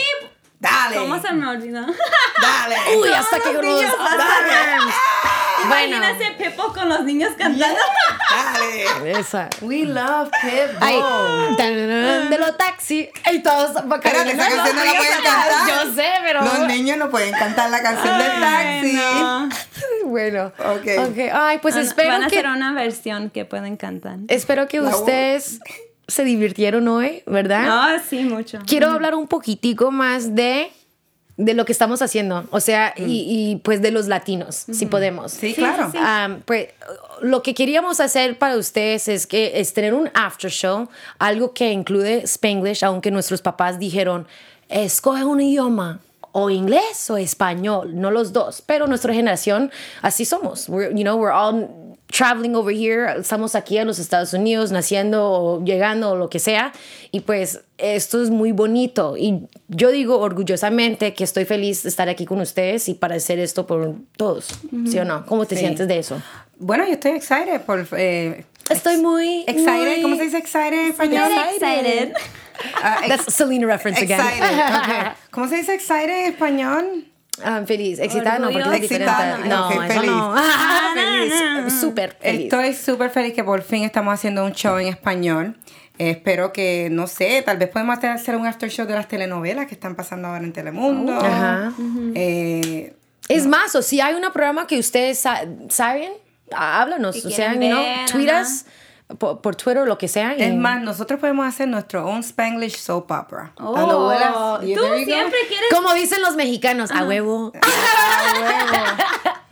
Speaker 3: Dale.
Speaker 5: ¿Cómo
Speaker 1: Eh.
Speaker 5: se me olvidó?
Speaker 3: Dale.
Speaker 1: Uy, hasta que grosso. Bueno,
Speaker 5: Imagínate Pepo con los niños cantando.
Speaker 3: Dale.
Speaker 1: ah. esa.
Speaker 3: We love Pitbull.
Speaker 1: Ay, tararán, de los taxis. Y todos
Speaker 3: Espérate, esa canción no la pueden cantar.
Speaker 1: Yo sé, pero.
Speaker 3: Los niños no pueden cantar la canción del taxi.
Speaker 5: No.
Speaker 1: Bueno.
Speaker 3: Ok.
Speaker 1: Ok. Ay, pues espero
Speaker 5: Van a
Speaker 1: que.
Speaker 5: hacer una versión que pueden cantar.
Speaker 3: ¿Eh?
Speaker 1: Espero que
Speaker 3: voz.
Speaker 1: ustedes se divirtieron hoy, ¿verdad?
Speaker 5: Ah, sí, mucho.
Speaker 1: Quiero hablar un poquitico más de, de lo que estamos haciendo, o sea, y, y, pues de los latinos, si podemos.
Speaker 3: Mm. Sí, claro.
Speaker 5: sí,
Speaker 1: Am, pues lo que queríamos hacer para ustedes es que es tener un after show, algo que incluye Spanglish, aunque nuestros papás dijeron, escoge un idioma. O inglés o español, no los dos, pero nuestra generación así somos. We're, you know, we're all traveling over here, estamos aquí en los Estados Unidos, naciendo o llegando o lo que sea, y pues esto es muy bonito. Y yo digo orgullosamente que estoy feliz de estar aquí con ustedes y para hacer esto por todos, ¿sí o no? ¿Cómo te sientes de eso?
Speaker 3: Bueno, yo estoy excited por... eh,
Speaker 1: Estoy muy
Speaker 3: Excited,
Speaker 1: muy-
Speaker 3: ¿cómo se dice excited en español?
Speaker 5: Very excited.
Speaker 3: Ah, ex-
Speaker 1: That's Selena reference again.
Speaker 3: excited, ok. ¿Cómo se dice excited en español?
Speaker 1: Ah, feliz, excitada no, porque es
Speaker 3: Orgullosa.
Speaker 1: diferente. No,
Speaker 3: Excitada, ok,
Speaker 1: eso no.
Speaker 3: feliz.
Speaker 1: Ah, feliz, súper feliz.
Speaker 3: Estoy súper feliz que por fin estamos haciendo un show en español. Eh, espero que, no sé, tal vez podemos hacer- hacer un after show de las telenovelas que están pasando ahora en Telemundo.
Speaker 5: Oh,
Speaker 1: Ajá.
Speaker 3: Eh,
Speaker 1: Es más, o si hay un programa que ustedes sa- saben, há- háblanos,
Speaker 5: Que
Speaker 1: o sea, you
Speaker 5: quieren
Speaker 1: know,
Speaker 5: ver,
Speaker 1: tweet
Speaker 5: ajá.
Speaker 1: us por, por Twitter o lo que sea. y-
Speaker 5: Eh.
Speaker 3: es más, nosotros podemos hacer nuestro own Spanglish soap opera.
Speaker 5: Oh,
Speaker 3: A lo buenas. Yeah,
Speaker 5: tú
Speaker 3: there you go.
Speaker 5: siempre quieres.
Speaker 1: Como dicen los mexicanos, a huevo.
Speaker 3: A huevo.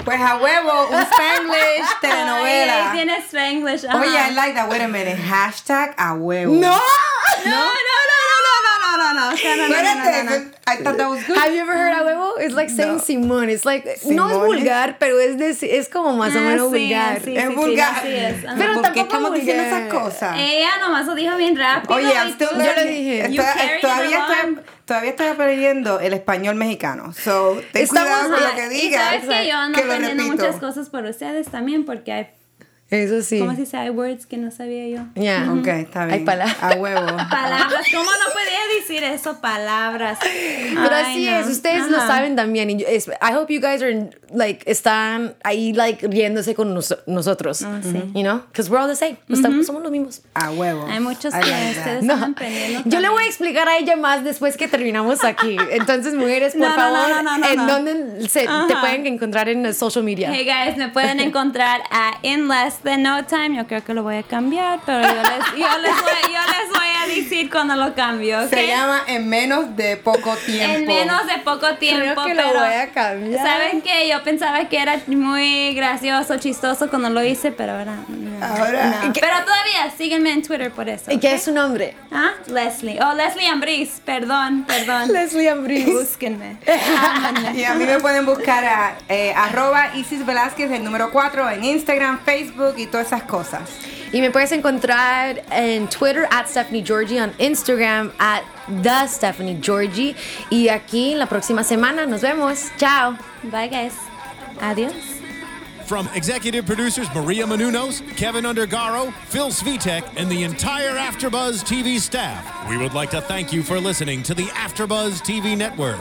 Speaker 3: Pues a huevo, un Spanglish
Speaker 5: Ay, ahí
Speaker 3: telenovela.
Speaker 5: tienes Spanglish. ajá.
Speaker 3: Oye, I like that. Wait a minute. Hashtag a huevo.
Speaker 5: No, no, no, no, no, no, no, no. O sea, no, no, no, no,
Speaker 3: Espérate, pues.
Speaker 5: no, no.
Speaker 3: I thought that was good.
Speaker 1: Have you ever heard a huevo? It's like saying Simón. It's like, no es
Speaker 3: Simone.
Speaker 1: vulgar, pero es, de- es como más o
Speaker 5: Ah,
Speaker 1: menos
Speaker 5: sí,
Speaker 1: vulgar.
Speaker 5: sí.
Speaker 3: es vulgar.
Speaker 5: así es, ajá.
Speaker 1: Pero
Speaker 3: ¿Por
Speaker 1: tampoco
Speaker 3: qué estamos diciendo
Speaker 1: vulgar.
Speaker 3: esas cosas?
Speaker 5: Ella nomás lo dijo bien rápido.
Speaker 3: Oye, I'm
Speaker 5: y
Speaker 3: still
Speaker 5: tú-
Speaker 1: Yo le
Speaker 3: learning.
Speaker 1: dije.
Speaker 3: Estoy-
Speaker 5: You carry it
Speaker 3: todavía,
Speaker 5: along.
Speaker 3: estoy, todavía estoy aprendiendo el español mexicano. So, ten
Speaker 1: Estamos-
Speaker 3: cuidado con
Speaker 5: Ajá,
Speaker 3: lo que
Speaker 5: y
Speaker 3: digas.
Speaker 5: sabes que yo ando
Speaker 3: lo
Speaker 5: aprendiendo
Speaker 3: repito.
Speaker 5: muchas cosas por ustedes también porque hay,
Speaker 1: Eso sí.
Speaker 5: ¿cómo se dice? Hay words que no sabía yo.
Speaker 1: Yeah.
Speaker 3: Ok, está bien.
Speaker 1: Hay palabras.
Speaker 3: A huevo.
Speaker 5: Palabras, ¿cómo no podía decir eso? Palabras.
Speaker 1: Pero
Speaker 5: Ay,
Speaker 1: así
Speaker 5: no.
Speaker 1: es, ustedes lo
Speaker 5: Ajá.
Speaker 1: saben también. y yo- es- I hope you guys are like están ahí like riéndose con nos- nosotros,
Speaker 5: Ah,
Speaker 1: you know, because we're all the same. Estamos- somos los mismos.
Speaker 3: A huevo.
Speaker 5: Hay muchos
Speaker 3: I
Speaker 5: que
Speaker 3: like that.
Speaker 5: ustedes
Speaker 1: No.
Speaker 5: están aprendiendo.
Speaker 1: Yo le
Speaker 5: también.
Speaker 1: voy a explicar a ella más después que terminamos aquí. Entonces, mujeres, por
Speaker 5: No, no, no,
Speaker 1: favor,
Speaker 5: no, no, no,
Speaker 1: ¿en
Speaker 5: no.
Speaker 1: dónde se, te
Speaker 5: Ajá.
Speaker 1: pueden encontrar en eh, social media?
Speaker 5: Hey guys, me pueden encontrar a In Less Than No Time. Yo creo que lo voy a cambiar, pero yo les, yo les, voy, yo les voy a decir cuando lo cambio, ¿ok?
Speaker 3: Se llama En menos de poco tiempo.
Speaker 5: En menos de poco tiempo,
Speaker 1: Creo que lo
Speaker 5: pero
Speaker 1: voy a cambiar.
Speaker 5: ¿Saben qué? Yo pensaba que era muy gracioso, chistoso cuando lo hice, pero ahora no.
Speaker 3: Ahora.
Speaker 5: No. Pero todavía síguenme en Twitter por eso.
Speaker 1: Ah, ¿Y qué es su nombre?
Speaker 5: ¿Ah? Leslie. Oh, Leslie Ambris. Perdón, perdón. Ah,
Speaker 1: Leslie Ambris.
Speaker 5: Búsquenme.
Speaker 3: Y a mí me pueden buscar a eh, arroba Isis Velázquez, el número 4, en Instagram, Facebook y todas esas cosas.
Speaker 1: Y me puedes encontrar en Twitter, at Stephanie Georgie, en Instagram, at The Stephanie Georgie. Y aquí la próxima semana nos vemos. Chao.
Speaker 5: Bye, guys. Adiós.
Speaker 2: From executive producers Maria Manunos, Kevin Undergaro, Phil Svitek, and the entire AfterBuzz TV staff, we would like to thank you for listening to the AfterBuzz TV network.